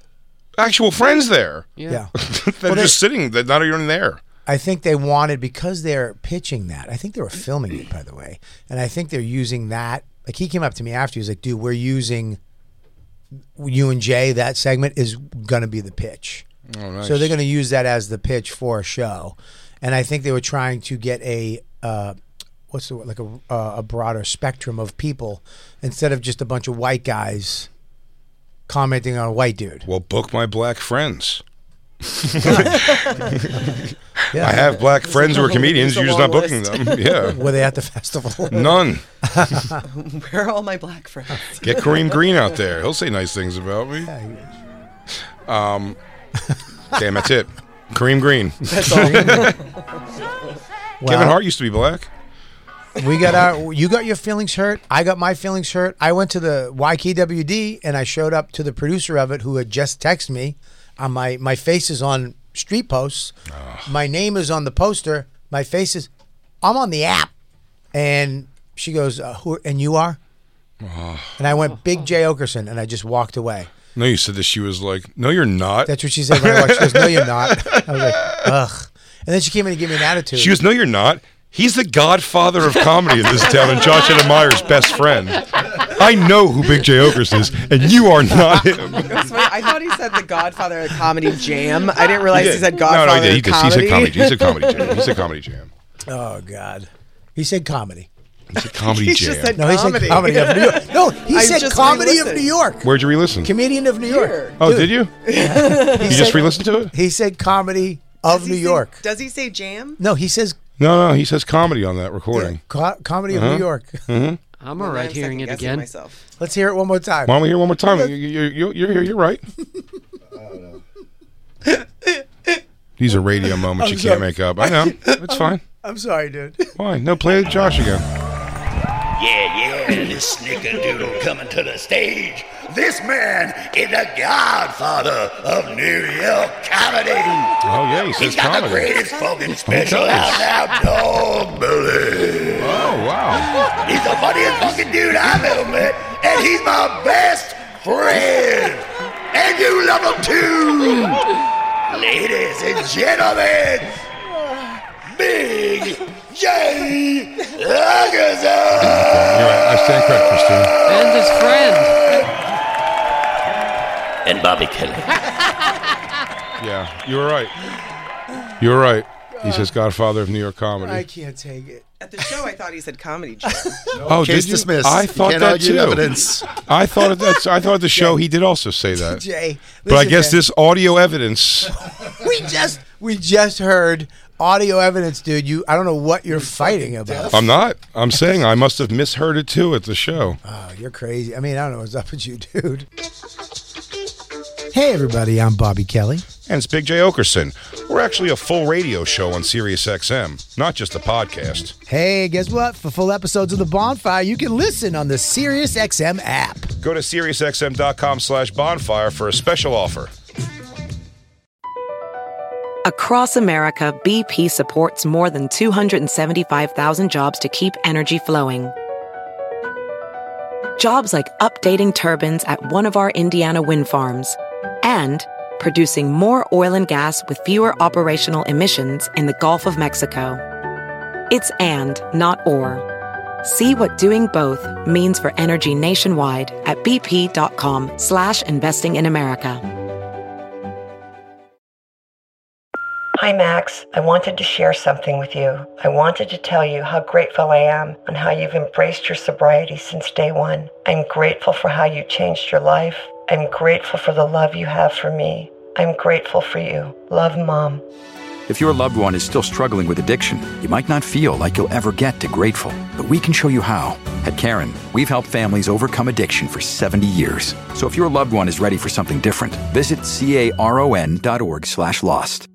[SPEAKER 3] actual friends there.
[SPEAKER 7] Yeah.
[SPEAKER 3] [laughs] They're just sitting. They're not even there.
[SPEAKER 7] I think they wanted because they're pitching that. I think they were filming it, by the way, and I think they're using that. Like he came up to me after he was like, "Dude, we're using you and Jay. That segment is going to be the pitch."
[SPEAKER 3] Oh, nice.
[SPEAKER 7] So they're going to use that as the pitch for a show, and I think they were trying to get a uh, what's the word like a uh, a broader spectrum of people instead of just a bunch of white guys commenting on a white dude.
[SPEAKER 3] Well, book my black [laughs] friends. I have black friends who are comedians. You're just not booking them. [laughs] Yeah.
[SPEAKER 7] Were they at
[SPEAKER 3] [laughs]
[SPEAKER 7] the [laughs] festival?
[SPEAKER 3] None.
[SPEAKER 2] Where are [laughs] all my black friends?
[SPEAKER 3] Get Kareem Green out there. He'll say nice things about me. Um, damn, that's it. Kareem Green.
[SPEAKER 7] That's [laughs] all.
[SPEAKER 3] Kevin
[SPEAKER 7] Wow.
[SPEAKER 3] Hart used to be black.
[SPEAKER 7] We got our. You got your feelings hurt. I got my feelings hurt. I went to the YKWd and I showed up to the producer of it, who had just texted me. On my my face is on street posts. My name is on the poster. My face is. I'm on the app, and she goes, uh, "Who and you are?" And I went, "Big J Okerson," and I just walked away.
[SPEAKER 3] No, you said that she was like, no, you're not.
[SPEAKER 7] That's what she said when I walked. She goes, "No, you're not." I was like, "Ugh," and then she came in and gave me an attitude.
[SPEAKER 3] She goes, no, you're not. He's the godfather of comedy in this town and Josh Adameyer's best friend. I know who Big J. Okerson is, and you are not him.
[SPEAKER 2] It was funny. I thought he said the Godfather of Comedy Jam. I didn't realize he,
[SPEAKER 3] did.
[SPEAKER 2] said
[SPEAKER 3] No, no, he
[SPEAKER 2] Godfather
[SPEAKER 3] did. He
[SPEAKER 2] of
[SPEAKER 3] did. He said
[SPEAKER 2] Comedy.
[SPEAKER 7] [laughs]
[SPEAKER 3] comedy. He said comedy jam. He said comedy jam.
[SPEAKER 7] Oh God, he said comedy.
[SPEAKER 3] It's a comedy
[SPEAKER 7] He's
[SPEAKER 3] jam.
[SPEAKER 7] just said No, he said comedy. comedy of New [laughs] York. No, he I said just comedy of re-listened. New York.
[SPEAKER 3] Where'd you re-listen?
[SPEAKER 7] Comedian of New York.
[SPEAKER 3] Oh,
[SPEAKER 7] Dude.
[SPEAKER 3] did you? You just re-listened to it?
[SPEAKER 7] He said comedy of New York.
[SPEAKER 18] Does he say jam?
[SPEAKER 7] No, he says
[SPEAKER 3] No, no. He says comedy on that recording.
[SPEAKER 7] co- comedy of
[SPEAKER 3] Uh-huh. [laughs]
[SPEAKER 7] New York.
[SPEAKER 3] hmm
[SPEAKER 4] I'm
[SPEAKER 7] all right
[SPEAKER 4] hearing it again.
[SPEAKER 7] Let's hear it one more time.
[SPEAKER 3] Why don't we hear one more time? You, you, you, you're, you're, you're
[SPEAKER 7] [laughs]
[SPEAKER 3] right. These are radio moments
[SPEAKER 7] I'm
[SPEAKER 3] you
[SPEAKER 7] sorry.
[SPEAKER 3] can't make up. I know. It's fine.
[SPEAKER 7] I'm sorry, dude.
[SPEAKER 3] Why? No, play it, Josh again.
[SPEAKER 2] Yeah, yeah, this snickerdoodle coming to the stage. This man is the godfather of New York comedy.
[SPEAKER 3] Oh, yeah, he says
[SPEAKER 2] He's got the
[SPEAKER 3] comedy.
[SPEAKER 2] greatest fucking special
[SPEAKER 3] does.
[SPEAKER 2] out now, Dog Billy.
[SPEAKER 3] Oh, wow.
[SPEAKER 2] He's the funniest fucking dude I've ever met, and he's my best friend. And you love him too. Ladies and gentlemen, Big J. Lagerzo.
[SPEAKER 3] You're right. I stand corrected, Christine.
[SPEAKER 4] And his friend.
[SPEAKER 2] And Bobby Kelly.
[SPEAKER 3] Yeah, you were right. You were right. He says Godfather of New York comedy.
[SPEAKER 7] I can't take it.
[SPEAKER 18] At the show, I thought he said comedy jam.
[SPEAKER 3] Oh, did
[SPEAKER 13] Case
[SPEAKER 3] you?
[SPEAKER 13] dismissed.
[SPEAKER 3] I
[SPEAKER 13] You
[SPEAKER 3] thought
[SPEAKER 13] can't
[SPEAKER 3] that
[SPEAKER 13] argue
[SPEAKER 3] too. [laughs]
[SPEAKER 13] evidence.
[SPEAKER 3] I thought at that, I thought
[SPEAKER 13] [laughs]
[SPEAKER 3] at the show he did also say that.
[SPEAKER 7] Jay,
[SPEAKER 3] but I
[SPEAKER 7] listen,
[SPEAKER 3] guess
[SPEAKER 7] man.
[SPEAKER 3] this audio evidence.
[SPEAKER 7] We just we just heard audio evidence, dude. You I don't know what you're fighting about.
[SPEAKER 3] I'm not. I'm saying I must have misheard it too at the show.
[SPEAKER 7] Oh, you're crazy. I mean, I don't know what's up with you, dude. Hey everybody, I'm Bobby Kelly.
[SPEAKER 3] And it's Big J Okerson. We're actually a full radio show on Sirius XM, not just a podcast.
[SPEAKER 7] Hey, guess what? For full episodes of The Bonfire, you can listen on the SiriusXM app.
[SPEAKER 3] Go to SiriusXM.com slash bonfire for a special offer.
[SPEAKER 9] Across America, BP supports more than 275,000 jobs to keep energy flowing. Jobs like updating turbines at one of our Indiana wind farms and producing more oil and gas with fewer operational emissions in the Gulf of Mexico. It's and, not or. See what doing both means for energy nationwide at bp.com slash investing in America.
[SPEAKER 19] Hi, Max. I wanted to share something with you. I wanted to tell you how grateful I am on how you've embraced your sobriety since day one. I'm grateful for how you changed your life. I'm grateful for the love you have for me. I'm grateful for you. Love, Mom.
[SPEAKER 20] If your loved one is still struggling with addiction, you might not feel like you'll ever get to grateful, but we can show you how. At Karen, we've helped families overcome addiction for 70 years. So if your loved one is ready for something different, visit caron.org/lost.